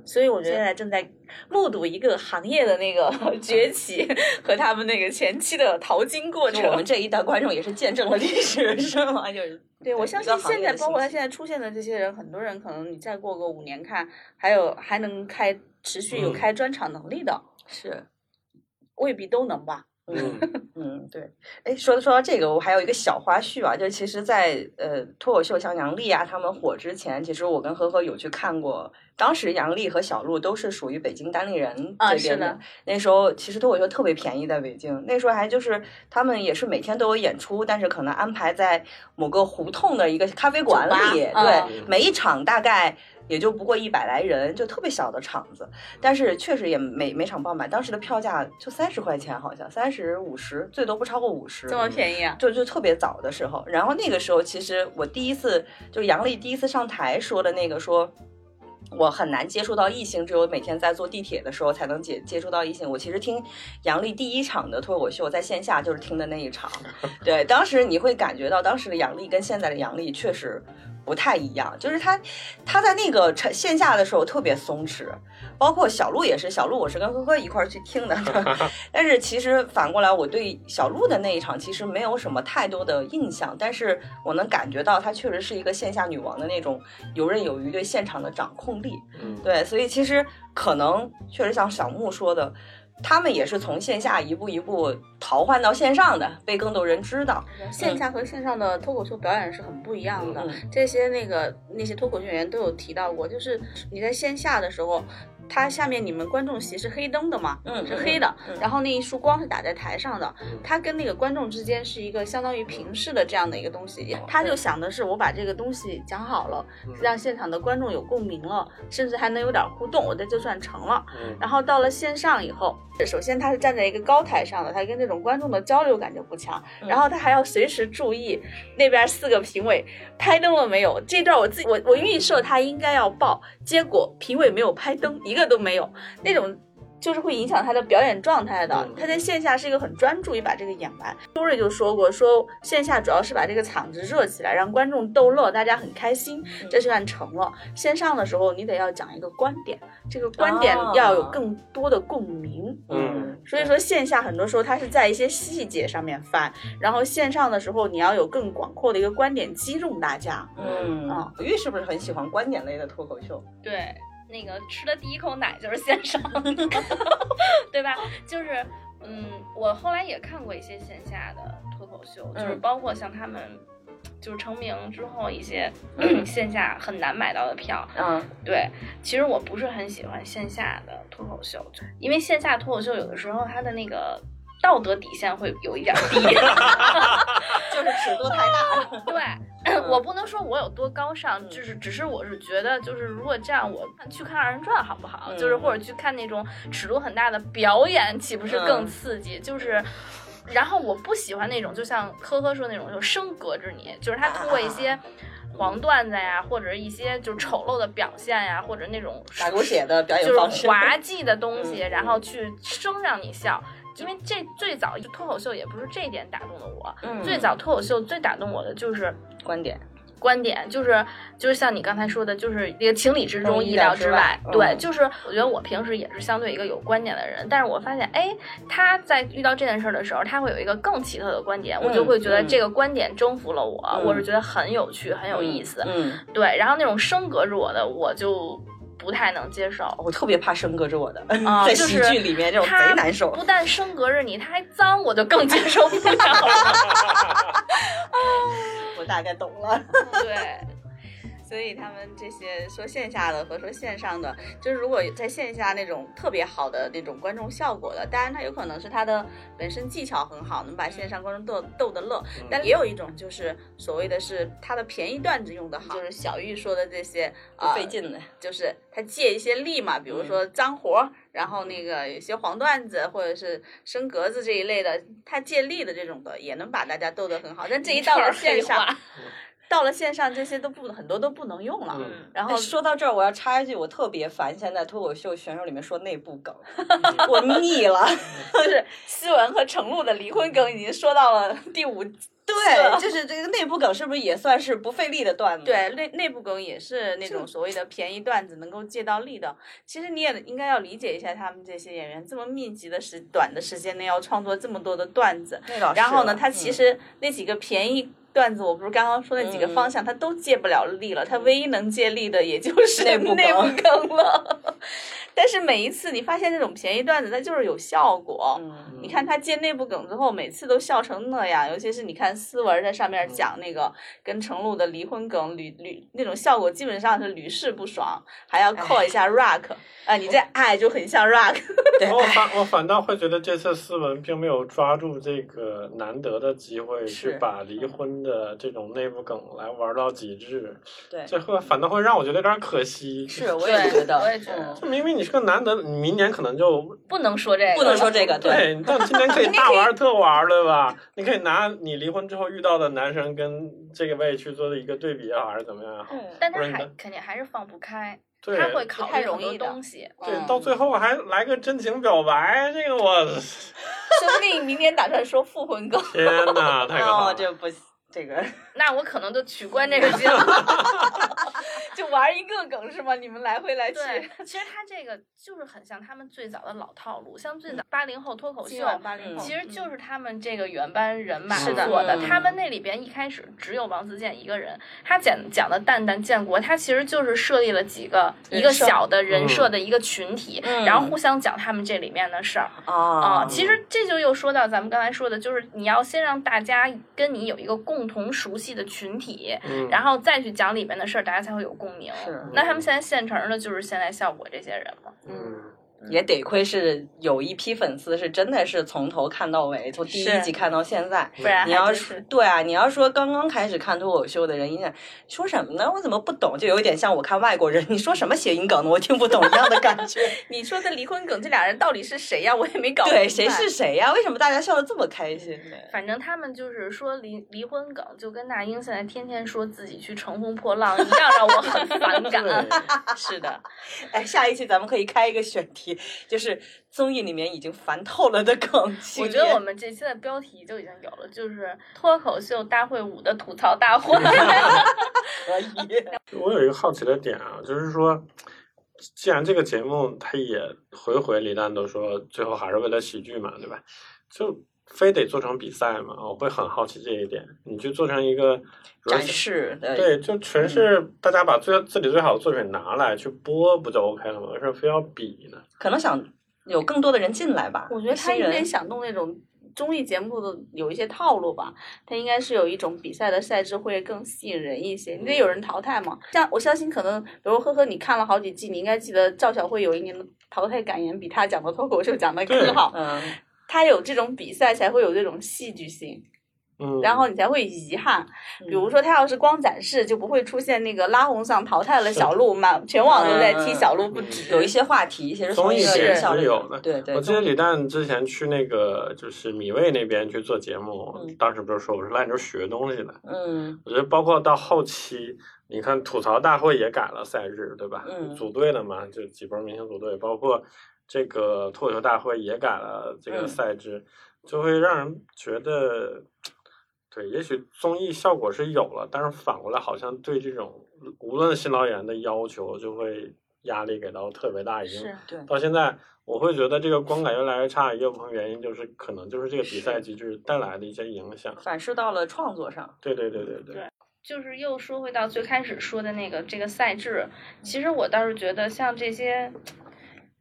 Speaker 3: 所以我觉得现在正在目睹一个行业的那个
Speaker 2: 嗯
Speaker 3: 崛起和他们那个前期的淘金过
Speaker 2: 就我
Speaker 3: 程
Speaker 2: 们。这一代观众也是见证了历史，是吗？就是
Speaker 3: 对，我
Speaker 2: 对
Speaker 3: 相
Speaker 2: 一个
Speaker 3: 信
Speaker 2: 行
Speaker 3: 现
Speaker 2: 业
Speaker 3: 在
Speaker 2: 的
Speaker 3: 包括他
Speaker 2: 兴起
Speaker 3: 现在出现的这些人，很多人可能你再过个五年看，还有还能开持续有
Speaker 4: 嗯
Speaker 3: 开专场能力的，
Speaker 2: 是，
Speaker 3: 未必都能吧。
Speaker 2: 嗯。
Speaker 4: 嗯
Speaker 2: 嗯，对，哎，说说到这个，我还有一个小花絮啊，就其实在，呃脱口秀像杨笠啊他们火之前，其实我跟呵呵有去看过，当时杨笠和小鹿都是属于北京单立人
Speaker 3: 啊
Speaker 2: 这
Speaker 3: 是
Speaker 2: 边
Speaker 3: 的
Speaker 2: 那时候其实脱口秀特别便宜，在北京那时候还就是他们也是每天都有演出，但是可能安排在某个胡同的一个咖啡馆
Speaker 3: 酒吧
Speaker 2: 里，对，
Speaker 3: 嗯
Speaker 2: 每一场大概。也就不过一百来人，就特别小的场子，但是确实也每每场爆满，当时的票价就三十块钱，好像三十五十，最多不超过五十
Speaker 3: 这。么便宜啊？
Speaker 2: 就就特别早的时候，然后那个时候其实我第一次就是杨笠第一次上台说的那个说，我很难接触到异性，只有每天在坐地铁的时候才能接接触到异性。我其实听杨笠第一场的脱口秀，在线下就是听的那一场，对，当时你会感觉到当时的杨笠跟现在的杨笠确实不太一样，就是他他在那个场线下的时候特别松弛，包括小鹿也是，小鹿我是跟呵呵一块儿去听的，但是其实反过来我对小鹿的那一场其实没有什么太多的印象，但是我能感觉到她确实是一个线下女王的那种游刃有余对现场的掌控力，
Speaker 4: 嗯，
Speaker 2: 对，所以其实可能确实像小木说的。他们也是从线下一步一步淘换到线上的，被更多人知道。
Speaker 3: 线下和线上的脱口秀表演是很不一样的。
Speaker 2: 嗯，
Speaker 3: 这些那个那些脱口秀演员都有提到过，就是你在线下的时候，他下面你们观众席是黑灯的嘛，
Speaker 2: 嗯
Speaker 3: 是黑的，
Speaker 2: 嗯
Speaker 3: 然后那一束光是打在台上的
Speaker 4: 嗯，
Speaker 3: 他跟那个观众之间是一个相当于平视的这样的一个东西。
Speaker 2: 哦
Speaker 3: 他
Speaker 2: 嗯
Speaker 3: 就想的是，我把这个东西讲好了，
Speaker 4: 嗯
Speaker 3: 让现场的观众有共鸣了，甚至还能有点互动，我这就算成了。
Speaker 4: 嗯
Speaker 3: 然后到了线上以后，首先他是站在一个高台上的，他跟这种观众的交流感就不强，
Speaker 2: 嗯
Speaker 3: 然后他还要随时注意那边四个评委拍灯了没有。这段我自己我我预设他应该要报，结果评委没有拍灯，一个都没有，那种。就是会影响他的表演状态的
Speaker 4: 嗯。
Speaker 3: 他在线下是一个很专注于把这个演完。周瑞就说过，说线下主要是把这个场子热起来，让观众逗乐，大家很开心，
Speaker 2: 嗯
Speaker 3: 这算成了。线上的时候，你得要讲一个观点，这个观点
Speaker 2: 哦
Speaker 3: 要有更多的共鸣。
Speaker 4: 嗯
Speaker 3: 所以说，线下很多时候它是在一些细节上面翻，然后线上的时候你要有更广阔的一个观点击中大家。
Speaker 2: 嗯，
Speaker 3: 啊
Speaker 2: 子玉是不是很喜欢观点类的脱口秀？
Speaker 1: 对，那个吃的第一口奶就是线上，对吧？就是，嗯，我后来也看过一些线下的脱口秀，就是
Speaker 2: 嗯
Speaker 1: 包括像他们就是成名之后一些 线下很难买到的票。
Speaker 2: 嗯
Speaker 1: 对，其实我不是很喜欢线下的脱口秀，因为线下脱口秀有的时候它的那个道德底线会有一点低。
Speaker 2: 就是尺度太 大。
Speaker 1: 对，
Speaker 2: 嗯
Speaker 1: 我不能说我有多高尚，就是只是我是觉得，就是如果这样，我去看二人转好不好？
Speaker 2: 嗯
Speaker 1: 就是或者去看那种尺度很大的表演，岂不是
Speaker 2: 嗯
Speaker 1: 更刺激？就是。然后我不喜欢那种，就像呵呵说那种，就生隔着你，就是他通过一
Speaker 2: 啊
Speaker 1: 些黄段子呀，或者一些就是丑陋的表现呀，或者那种
Speaker 2: 打狗血的表演
Speaker 1: 就
Speaker 2: 方
Speaker 1: 是
Speaker 2: 式，
Speaker 1: 滑稽的东西，
Speaker 2: 嗯
Speaker 1: 然后去生让你笑。因为这最早脱口秀也不是这一点打动了我，
Speaker 2: 嗯
Speaker 1: 最早脱口秀最打动我的就是
Speaker 2: 观点，
Speaker 1: 观点，就是就是像你刚才说的，就是这个情理之中，
Speaker 2: 嗯
Speaker 1: 意
Speaker 2: 意料
Speaker 1: 料
Speaker 2: 之
Speaker 1: 之
Speaker 2: 外嗯
Speaker 1: 对，就是我觉得我平时也是相对一个有观点的人，但是我发现，哎，他在遇到这件事儿的时候，他会有一个更奇特的观点，我就
Speaker 2: 嗯
Speaker 1: 会觉得
Speaker 2: 嗯
Speaker 1: 这个观点征服了我，
Speaker 2: 嗯
Speaker 1: 我是觉得很有趣，很有意思。
Speaker 2: 嗯，
Speaker 1: 对，然后那种升格弱的，我就不太能接 受。
Speaker 2: 我特别怕升格着我的，
Speaker 1: 啊
Speaker 2: 嗯 在
Speaker 1: 就
Speaker 2: 喜
Speaker 1: 是
Speaker 2: 剧里面这种
Speaker 1: 他
Speaker 2: 贼难受。
Speaker 1: 不但升格着你，他还脏，我就更接受不 了了。
Speaker 3: 我大概 懂了。
Speaker 1: 对，
Speaker 3: 所以他们这些说线下的和说线上的，就是如果在线下那种特别好的那种观众效果的，当然他有可能是他的本身技巧很好，能把线上观众逗逗得乐，但也有一种就是所谓的是他的便宜段子用的好，就是小玉说的这些啊，
Speaker 2: 费劲的，
Speaker 3: 就是他借一些力嘛，比如说脏活儿，然后那个有些黄段子或者是升格子这一类的，他借力的这种的也能把大家逗得很好。但这一到了线
Speaker 1: 一串
Speaker 3: 上，到了线上这些都不很多都不能用了。
Speaker 4: 嗯
Speaker 3: 然后
Speaker 2: 哎，说到这儿，我要插一句，我特别烦现在脱口秀选手里面说内部 梗，我腻了。
Speaker 3: 就是思文和程璐的离婚梗已经说到了第五
Speaker 2: 对，就是这个内部梗是不是也算是不费力的段子？
Speaker 3: 对，内内部梗也是那种
Speaker 2: 这
Speaker 3: 所谓的便宜段子，能够借到力的。其实你也应该要理解一下他们这些演员，这么密集的时短的时间内要创作这么多的段子，
Speaker 2: 那倒是。
Speaker 3: 然后呢，他
Speaker 2: 嗯
Speaker 3: 其实那几个便宜段子，我不是刚刚说那几个
Speaker 2: 嗯
Speaker 3: 方向，他都借不了力了。他唯一能借力的，也就是
Speaker 2: 内部梗
Speaker 3: 内部梗了。 但是每一次你发现这种便宜段子，它就是有效果。
Speaker 2: 嗯，
Speaker 3: 你看他接内部梗之后，每次都笑成那样，尤其是你看思文在上面讲那个跟程璐的离婚梗，屡屡那种效果基本上是屡试不爽，还要扣一下 rock，啊，你这爱就很像 rock，
Speaker 2: 对
Speaker 4: 我反我反倒会觉得这次思文并没有抓住这个难得的机会，去
Speaker 2: 是
Speaker 4: 把离婚的这种内部梗来玩到极致，
Speaker 2: 对，
Speaker 4: 这会反倒会让我觉得有点可惜。
Speaker 2: 是，我也
Speaker 1: 对
Speaker 2: 觉得，
Speaker 1: 我也觉得
Speaker 2: 嗯
Speaker 4: 这明明你是个难得，你明年可能就
Speaker 1: 不能说这个，
Speaker 2: 不能 说这个，对，
Speaker 4: 对，但今天可以大玩特玩对吧？你可以拿你离婚之后遇到的男生跟这个位去做的一个对比啊，还是怎么样？
Speaker 1: 但他
Speaker 4: 不是
Speaker 1: 还
Speaker 4: 你
Speaker 1: 肯定还是放不开，
Speaker 4: 对，
Speaker 1: 他会考
Speaker 3: 不太
Speaker 1: 虑很
Speaker 3: 容
Speaker 1: 多
Speaker 3: 易的
Speaker 1: 东西。
Speaker 4: 对，
Speaker 3: 嗯
Speaker 4: 到最后还来个真情表白，这个我
Speaker 3: 说不定明年打算说复婚梗。
Speaker 4: 天哪，太可怕
Speaker 2: 哦
Speaker 4: 了，！
Speaker 2: 这不这个，
Speaker 1: 那我可能就取关这个节目。
Speaker 3: 就玩一个梗是吗？你们来回来去，
Speaker 1: 对，其实他这个就是很像他们最早的老套路，像最早八零后脱口秀。
Speaker 3: 八
Speaker 2: 零后
Speaker 1: 其实就是他们这个原班人马
Speaker 4: 是
Speaker 1: 做
Speaker 4: 的
Speaker 1: 的。
Speaker 2: 嗯
Speaker 1: 他们那里边一开始只有王自健一个人，他讲讲的蛋蛋建国，他其实就是设立了几个
Speaker 2: 人设
Speaker 1: 一个小的人设的一个群体，
Speaker 2: 嗯
Speaker 1: 然后互相讲他们这里面的事儿。啊、
Speaker 2: 啊
Speaker 1: 其实这就又说到咱们刚才说的，就是你要先让大家跟你有一个共同熟悉的群体，
Speaker 4: 嗯，
Speaker 1: 然后再去讲里面的事儿，大家才会有共鸣。
Speaker 2: 是
Speaker 1: 那他们现在现成的就是现在效果这些人 嘛。
Speaker 4: 嗯，
Speaker 2: 也得亏是有一批粉丝是真的是从头看到尾，从第一
Speaker 3: 是
Speaker 2: 集看到现
Speaker 4: 嗯
Speaker 2: 在。
Speaker 3: 不然
Speaker 2: 你
Speaker 3: 还
Speaker 2: 要
Speaker 3: 真
Speaker 2: 说对啊，你要说刚刚开始看脱口秀的人，你想说什么呢？我怎么不懂？就有点像我看外国人，你说什么谐音梗呢？我听不懂一样的感 觉。
Speaker 3: 你说的离婚梗，这俩人到底是谁呀、我也没搞明白嗯
Speaker 2: 对，谁是谁呀、为什么大家笑得这么开心呢？
Speaker 1: 反正他们就是说离离婚梗，就跟那英现在天天说自己去乘风破浪一样，让我很反感。
Speaker 3: 是的，
Speaker 2: 哎，下一期咱们可以开一个选题，就是综艺里面已经烦透了的梗系
Speaker 1: 我
Speaker 2: 列。
Speaker 1: 觉得我们这期的标题就已经有了，就是脱口秀大会五的吐槽大会。
Speaker 2: 可 以。
Speaker 4: 我有一个好奇的点啊，就是说，既然这个节目它也回回李诞都说最后还是为了喜剧嘛，对吧？就非得做成比赛嘛，我会很好奇这一点。你去做成一个
Speaker 2: 展，示呃的
Speaker 4: 对，就纯是大家把最自己最好的作品拿来去播，不就 OK 了吗？为什么非要比呢？
Speaker 2: 可能想有更多的人进来吧。
Speaker 3: 我觉得他
Speaker 2: 新
Speaker 3: 有点
Speaker 2: 人
Speaker 3: 想弄那种综艺节目的有一些套路吧，他应该是有一种比赛的赛制会更吸引人一些，你得有人淘汰嘛。像我相信，可能比如呵呵，你看了好几季，你应该记得赵小慧有一年的淘汰感言比他讲的脱口秀讲的
Speaker 4: 对
Speaker 3: 更好，
Speaker 2: 嗯，
Speaker 3: 他有这种比赛才会有这种戏剧性，
Speaker 4: 嗯，
Speaker 3: 然后你才会遗憾。
Speaker 2: 嗯
Speaker 3: 比如说，他要是光展示，就不会出现那个拉红上淘汰了小鹿，满全网都
Speaker 2: 嗯
Speaker 3: 在踢小鹿不止。
Speaker 2: 有一些话题其实
Speaker 4: 综
Speaker 2: 从
Speaker 4: 艺
Speaker 2: 一个
Speaker 4: 节
Speaker 2: 人
Speaker 4: 目
Speaker 2: 笑
Speaker 4: 是
Speaker 2: 的
Speaker 4: 有的
Speaker 2: 对对
Speaker 4: 我，记得李诞之前去那个就是米未那边去做节目，
Speaker 2: 嗯
Speaker 4: 当时不是说我说来你这儿学东西的，
Speaker 2: 嗯
Speaker 4: 我觉得包括到后期，你看吐槽大会也改了赛制，对吧？
Speaker 2: 嗯
Speaker 4: 组队了嘛，就几波明星组队，包括这个脱口秀大会也改了这个
Speaker 2: 嗯
Speaker 4: 赛制，就会让人觉得对，也许综艺效果是有了，但是反过来好像对这种无论新导演的要求就会压力给到特别大，已经
Speaker 1: 是
Speaker 2: 对
Speaker 4: 到现在，我会觉得这个观感越来越差，也有部分原因就是可能就是这个比赛机制带来的一些影响。
Speaker 2: 反噬到了创作上。
Speaker 4: 对对对对
Speaker 1: 对就是又说回到最开始说的那个这个赛制，其实我倒是觉得像这些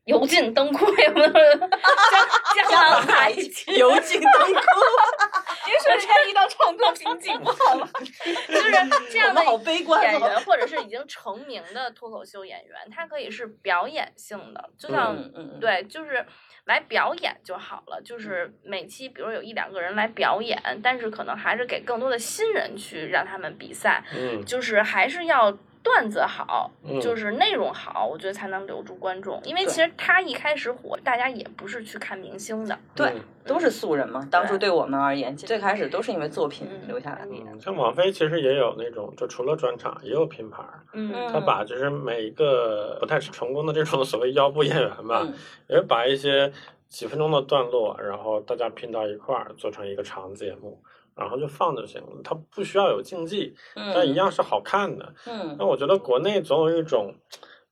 Speaker 1: 油尽灯枯，有没 有江江郎才尽？
Speaker 2: 油 尽灯枯，
Speaker 3: 您说人家遇到创作瓶 颈不好吗？
Speaker 1: 就是这
Speaker 2: 我
Speaker 1: 样的
Speaker 2: 们好悲观
Speaker 1: 演
Speaker 3: 啊
Speaker 2: 哦。
Speaker 1: 员，或者是已经成名的脱口秀演员，他可以是表演性的，就像
Speaker 2: 嗯嗯，嗯，
Speaker 1: 对，就是来表演就好了。就是每期，比如有一两个人来表演，但是可能还是给更多的新人去让他们比赛，
Speaker 4: 嗯
Speaker 1: 就是还是要段子好，
Speaker 4: 嗯
Speaker 1: 就是内容好，我觉得才能留住观众。因为
Speaker 2: 对
Speaker 1: 其实他一开始火，大家也不是去看明星的，
Speaker 2: 对
Speaker 4: 嗯
Speaker 2: 都是素人嘛。当初
Speaker 1: 对
Speaker 2: 对我们而言，最开始都是因为作品
Speaker 1: 嗯
Speaker 2: 留下来的。
Speaker 4: 嗯，像王菲其实也有那种，就除了专场也有拼盘儿，
Speaker 1: 嗯
Speaker 2: 嗯
Speaker 4: 她把就是每一个不太成功的这种所 谓腰部演员吧，
Speaker 2: 嗯
Speaker 4: 也是把一些几分钟的段落，然后大家拼到一块儿做成一个长节目，然后就放就行了，它不需要有竞技，但一
Speaker 2: 嗯
Speaker 4: 样是好看的。
Speaker 2: 嗯
Speaker 4: 那我觉得国内总有一种，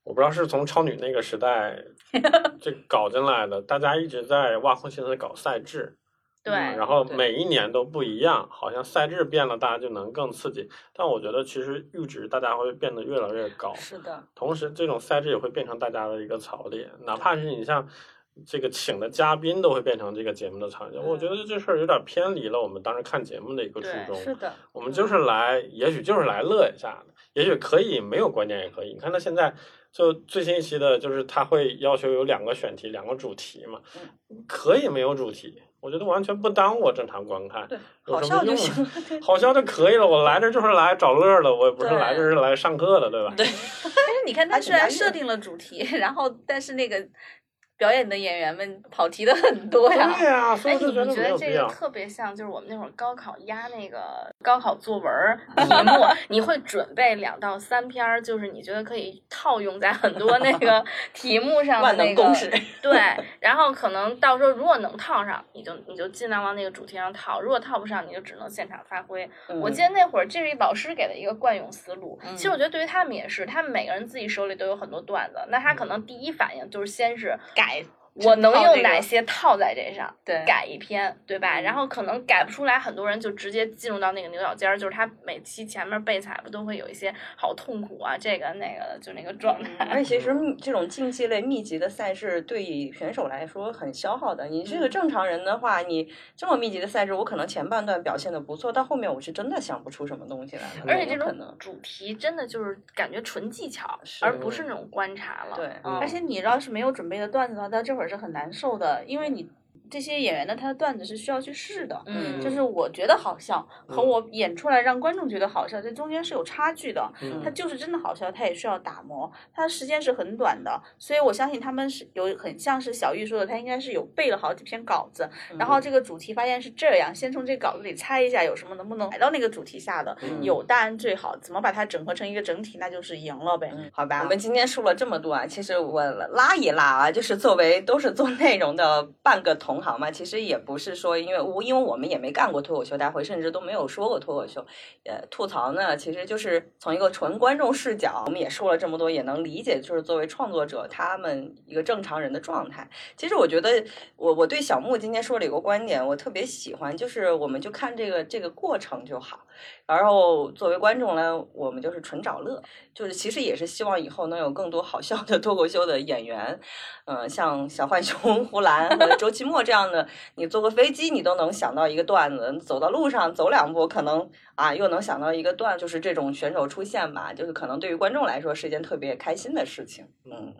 Speaker 4: 我不知道是从超女那个时 代就搞进来的，大家一直在挖空心思搞赛制，
Speaker 1: 对，
Speaker 2: 嗯
Speaker 4: 然后
Speaker 2: 对
Speaker 4: 每一年都不一样，好像赛制变了，大家就能更刺激。但我觉得其实阈值大家会变得越来越高，
Speaker 2: 是的，
Speaker 4: 同时这种赛制也会变成大家的一个槽点，哪怕是你像。这个请的嘉宾都会变成这个节目的场景，我觉得这事儿有点偏离了我们当时看节目的一个初
Speaker 1: 对
Speaker 4: 衷。
Speaker 2: 嗯是的，
Speaker 4: 我们就是来，也许就是来乐一下的，也许可以没有观点也可以。你看他现在就最新一期的，就是他会要求有两个选题、两个主题嘛，可以没有主题，我觉得完全不耽误我正常观看，
Speaker 2: 对，
Speaker 4: 有
Speaker 2: 好
Speaker 4: 什么
Speaker 2: 笑
Speaker 4: 用
Speaker 2: 就
Speaker 4: 啊
Speaker 2: 行了。对
Speaker 4: 好笑就可以了。我来这就是来找乐儿的，我也不是
Speaker 2: 对
Speaker 4: 来这是来上课的，对吧？
Speaker 2: 对
Speaker 1: 嗯
Speaker 3: 但是你看，他
Speaker 2: 还挺
Speaker 3: 虽然
Speaker 2: 押韵
Speaker 3: 设定了主题， 然后但是那个表演的演员们跑题的很多呀。
Speaker 4: 对呀、所以
Speaker 1: 哎，
Speaker 4: 我就
Speaker 1: 你
Speaker 4: 觉
Speaker 1: 们
Speaker 4: 得
Speaker 1: 觉
Speaker 4: 没
Speaker 1: 得
Speaker 4: 有
Speaker 1: 这
Speaker 4: 必
Speaker 1: 个
Speaker 4: 要。
Speaker 1: 特别像，就是我们那会儿高考压那个高考作文儿 题目，你会准备两到三篇儿，就是你觉得可以套用在很多那 个题目上的
Speaker 2: 万
Speaker 1: 那
Speaker 2: 能
Speaker 1: 个
Speaker 2: 公式。
Speaker 1: 对，然后可能到时候如果能套上，你就你就尽量往那个主题上套；如果套不上，你就只能现场发挥。我
Speaker 3: 嗯
Speaker 1: 记得那会儿这是老师给的一个惯用思路，其实我觉得对于他们也是，他们每个人自己手里都有很多段子，那他可能第一反应就是先是
Speaker 3: 嗯改
Speaker 1: 我能
Speaker 3: 套
Speaker 1: 用
Speaker 3: 这个
Speaker 1: 哪些套在这上。
Speaker 3: 对嗯
Speaker 1: 改一篇，对吧？然后可能改不出来，很多人就直接进入到那个牛角尖儿，就是他每期前面备采不都会有一些好痛苦啊，这个那个的，就那个状
Speaker 3: 嗯
Speaker 1: 态。
Speaker 2: 嗯而且其实这种竞技类密集的赛事对选手来说很消耗的。你
Speaker 1: 嗯
Speaker 2: 是个正常人的话，你这么密集的赛事，我可能前半段表现的不错，到后面我是真的想不出什么东西来了。
Speaker 1: 而且这
Speaker 2: 有可
Speaker 1: 种
Speaker 2: 能
Speaker 1: 主题真的就是感觉纯技巧，
Speaker 2: 是
Speaker 1: 而不是那种观察了。
Speaker 2: 对
Speaker 1: 嗯、
Speaker 3: 而且你要是没有准备的段子的话，到这会儿是很难受的，因为你这些演员的他的段子是需要去试的。
Speaker 1: 嗯，
Speaker 3: 就是我觉得好笑和
Speaker 4: 嗯
Speaker 3: 我演出来让观众觉得好笑，这中间是有差距的。
Speaker 4: 嗯
Speaker 3: 他就是真的好笑，他也需要打磨，他时间是很短的，所以我相信他们是有很像是小玉说的，他应该是有背了好几篇稿子，
Speaker 2: 嗯
Speaker 3: 然后这个主题发现是这样，先从这稿子里猜一下有什么能不能改到那个主题下的，
Speaker 4: 嗯
Speaker 3: 有答案最好，怎么把它整合成一个整体，那就是赢了呗，好吧？
Speaker 2: 嗯我们今天说了这么多啊，其实我拉一拉啊，就是作为都是做内容的半个同行嘛，其实也不是说因为我因为我们也没干过脱口秀大会，甚至都没有说过脱口秀。呃，吐槽呢，其实就是从一个纯观众视角，我们也说了这么多，也能理解，就是作为创作者他们一个正常人的状态。其实我觉得我我对小木今天说了一个观点，我特别喜欢，就是我们就看这个这个过程就好。然后作为观众呢，我们就是纯找乐，就是其实也是希望以后能有更多好笑的脱口秀的演员，嗯、像小浣熊、胡兰和周奇墨这样的，你坐个飞机你都能想到一个段子，走到路上走两步可能啊又能想到一个段，就是这种选手出现吧，就是可能对于观众来说是一件特别开心的事情。嗯，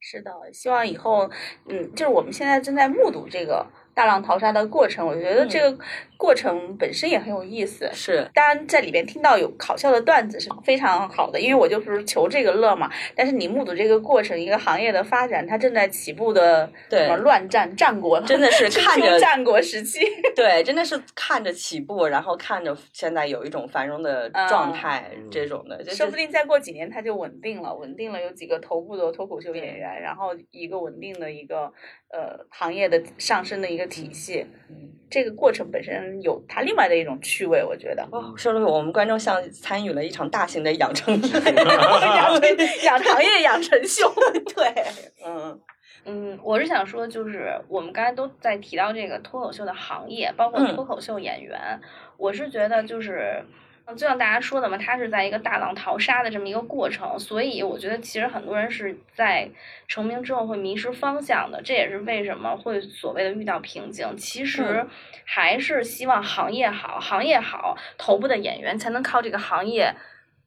Speaker 3: 是的，希望以后，嗯，就是我们现在正在目睹这个大浪淘沙的过程，我觉得这
Speaker 2: 嗯
Speaker 3: 个过程本身也很有意思。
Speaker 2: 是，
Speaker 3: 当然，在里边听到有好笑的段子是非常好的，因为我就是求这个乐嘛。但是你目睹这个过程，一个行业的发展，它正在起步的
Speaker 2: 对
Speaker 3: 什么乱战战国，
Speaker 2: 真 的是看着
Speaker 3: 春秋战国时期，
Speaker 2: 对，真的是看着起步，然后看着现在有一种繁荣的
Speaker 3: 嗯
Speaker 2: 状态，这种的，就是
Speaker 3: 说不定再过几年它就稳定了，稳定了有几个头部的脱口秀演员，
Speaker 1: 嗯
Speaker 3: 然后一个稳定的一个呃行业的上升的一个体系，这个过程本身有它另外的一种趣味，我觉得。
Speaker 2: 哦，说了我们观众像参与了一场大型的养成
Speaker 3: 养成养行业养成 秀，
Speaker 2: 对，嗯，
Speaker 1: 嗯，我是想说，就是我们刚才都在提到这个脱口秀的行业，包括
Speaker 2: 嗯
Speaker 1: 脱口秀演员，我是觉得就是。嗯就像大家说的嘛，它是在一个大浪淘沙的这么一个过程，所以我觉得其实很多人是在成名之后会迷失方向的，这也是为什么会所谓的遇到瓶颈。其实
Speaker 2: 嗯
Speaker 1: 还是希望行业好，行业好，头部的演员才能靠这个行业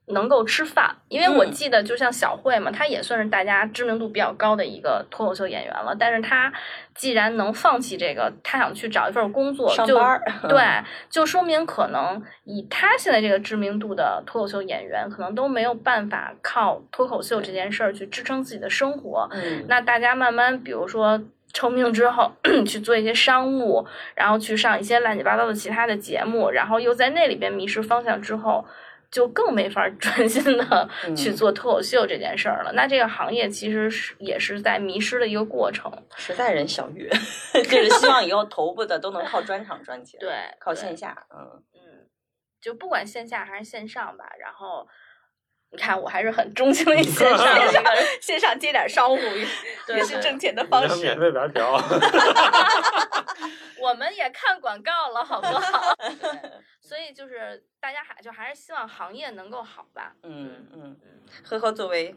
Speaker 1: 能够吃饭。因为我
Speaker 2: 嗯
Speaker 1: 记得，就像小慧嘛，她也算是大家知名度比较高的一个脱口秀演员了，但是她既然能放弃这个，她想去找一份工作，
Speaker 2: 上
Speaker 1: 就
Speaker 2: 班儿
Speaker 1: 对，就说明可能以他现在这个知名度的脱口秀演员，可能都没有办法靠脱口秀这件事儿去支撑自己的生活。
Speaker 2: 嗯，
Speaker 1: 那大家慢慢，比如说成名之后 去做一些商务，然后去上一些乱七八糟的其他的节目，然后又在那里边迷失方向之后。就更没法儿 专心的
Speaker 2: 嗯
Speaker 1: 去做脱口秀这件事儿了。那这个行业其实是也是在迷失的一个过程。
Speaker 2: 时代人小玉， 就是希望以后头部的都能靠专场赚钱，
Speaker 1: 对，
Speaker 2: 靠
Speaker 1: 对
Speaker 2: 线下，嗯，
Speaker 1: 嗯，就不管线下还是线上吧，然后你看我还是很钟情 于线上的一个人
Speaker 3: 线上接点商务也
Speaker 1: 对
Speaker 3: 也是挣钱的
Speaker 4: 你
Speaker 3: 方
Speaker 4: 要
Speaker 3: 式
Speaker 4: 免。费白嫖，
Speaker 1: 我们也看广告了，好不好？ 对所以就是大家还就还是希望行业能够好吧。
Speaker 2: 嗯嗯，呵呵，作为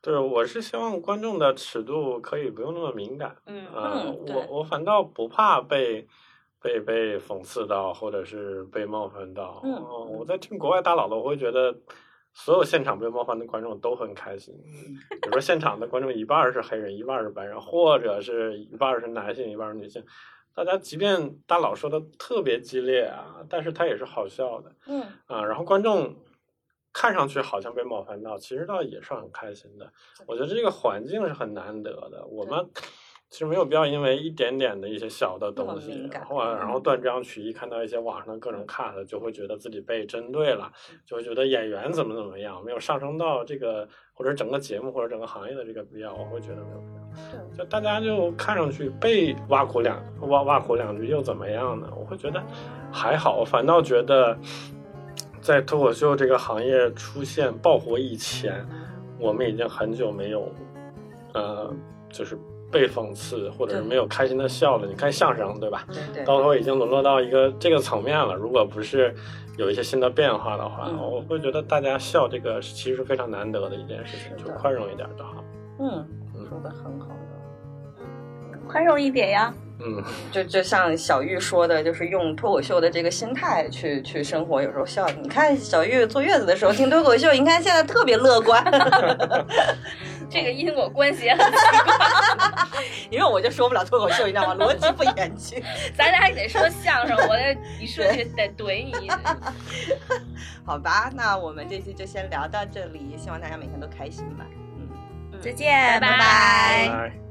Speaker 4: 对，我是希望观众的尺度可以不用那么敏感。
Speaker 1: 嗯
Speaker 4: 呃
Speaker 2: 嗯对
Speaker 4: 我我反倒不怕被被被讽刺到，或者是被冒犯到。
Speaker 2: 嗯
Speaker 4: 呃
Speaker 2: 嗯
Speaker 4: 我在听国外大佬的，我会觉得所有现场被冒犯的观众都很开心。
Speaker 2: 嗯
Speaker 4: 比如说现场的观众一半儿是黑人，一半儿是白人，或者是一半儿是男性，一半儿是女性。大家即便大佬说的特别激烈啊，但是他也是好笑的。
Speaker 2: 嗯
Speaker 4: 啊，然后观众看上去好像被冒犯到，其实倒也是很开心的。我觉得这个环境是很难得的，我
Speaker 2: 对
Speaker 4: 们其实没有必要因为一点点的一些小的
Speaker 2: 那么
Speaker 4: 东西
Speaker 2: 敏，感嗯
Speaker 4: 然后啊然后断章取义，看到一些网上的各种 cut，就会觉得自己被针对了，
Speaker 2: 嗯
Speaker 4: 就会觉得演员怎么怎么样，没有上升到这个或者整个节目或者整个行业的这个必要，我会觉得没有必要。就大家就看上去被挖苦两挖挖苦两句又怎么样呢？我会觉得还好，我反倒觉得在脱口秀这个行业出现爆火以前，我们已经很久没有呃，就是被讽刺或者是
Speaker 2: 对
Speaker 4: 没有开心的笑了。你看相声对吧？
Speaker 2: 对对，
Speaker 4: 到头已经沦落到一个这个层面了。如果不是有一些新的变化的话，
Speaker 2: 嗯
Speaker 4: 我会觉得大家笑这个其实是非常难得的一件事情，
Speaker 2: 是
Speaker 4: 就
Speaker 2: 的
Speaker 4: 宽容一点就好。
Speaker 2: 嗯，说的很好的。
Speaker 3: 宽容一点呀，
Speaker 4: 嗯，
Speaker 2: 就就像小玉说的，就是用脱口秀的这个心态去去生活，有时候笑。你看小玉坐月子的时候听脱口秀，你看现在特别乐观。
Speaker 1: 这个因果关系也很 奇怪，
Speaker 2: 因为我就说不了脱口秀，你知道吗？逻辑不严谨。
Speaker 1: 咱俩也得说相声，我得一说就得怼你一句。
Speaker 2: 好吧，那我们这期就先聊到这里，希望大家每天都开心吧。嗯。
Speaker 3: 再见，
Speaker 1: 拜拜
Speaker 3: 拜
Speaker 4: 拜。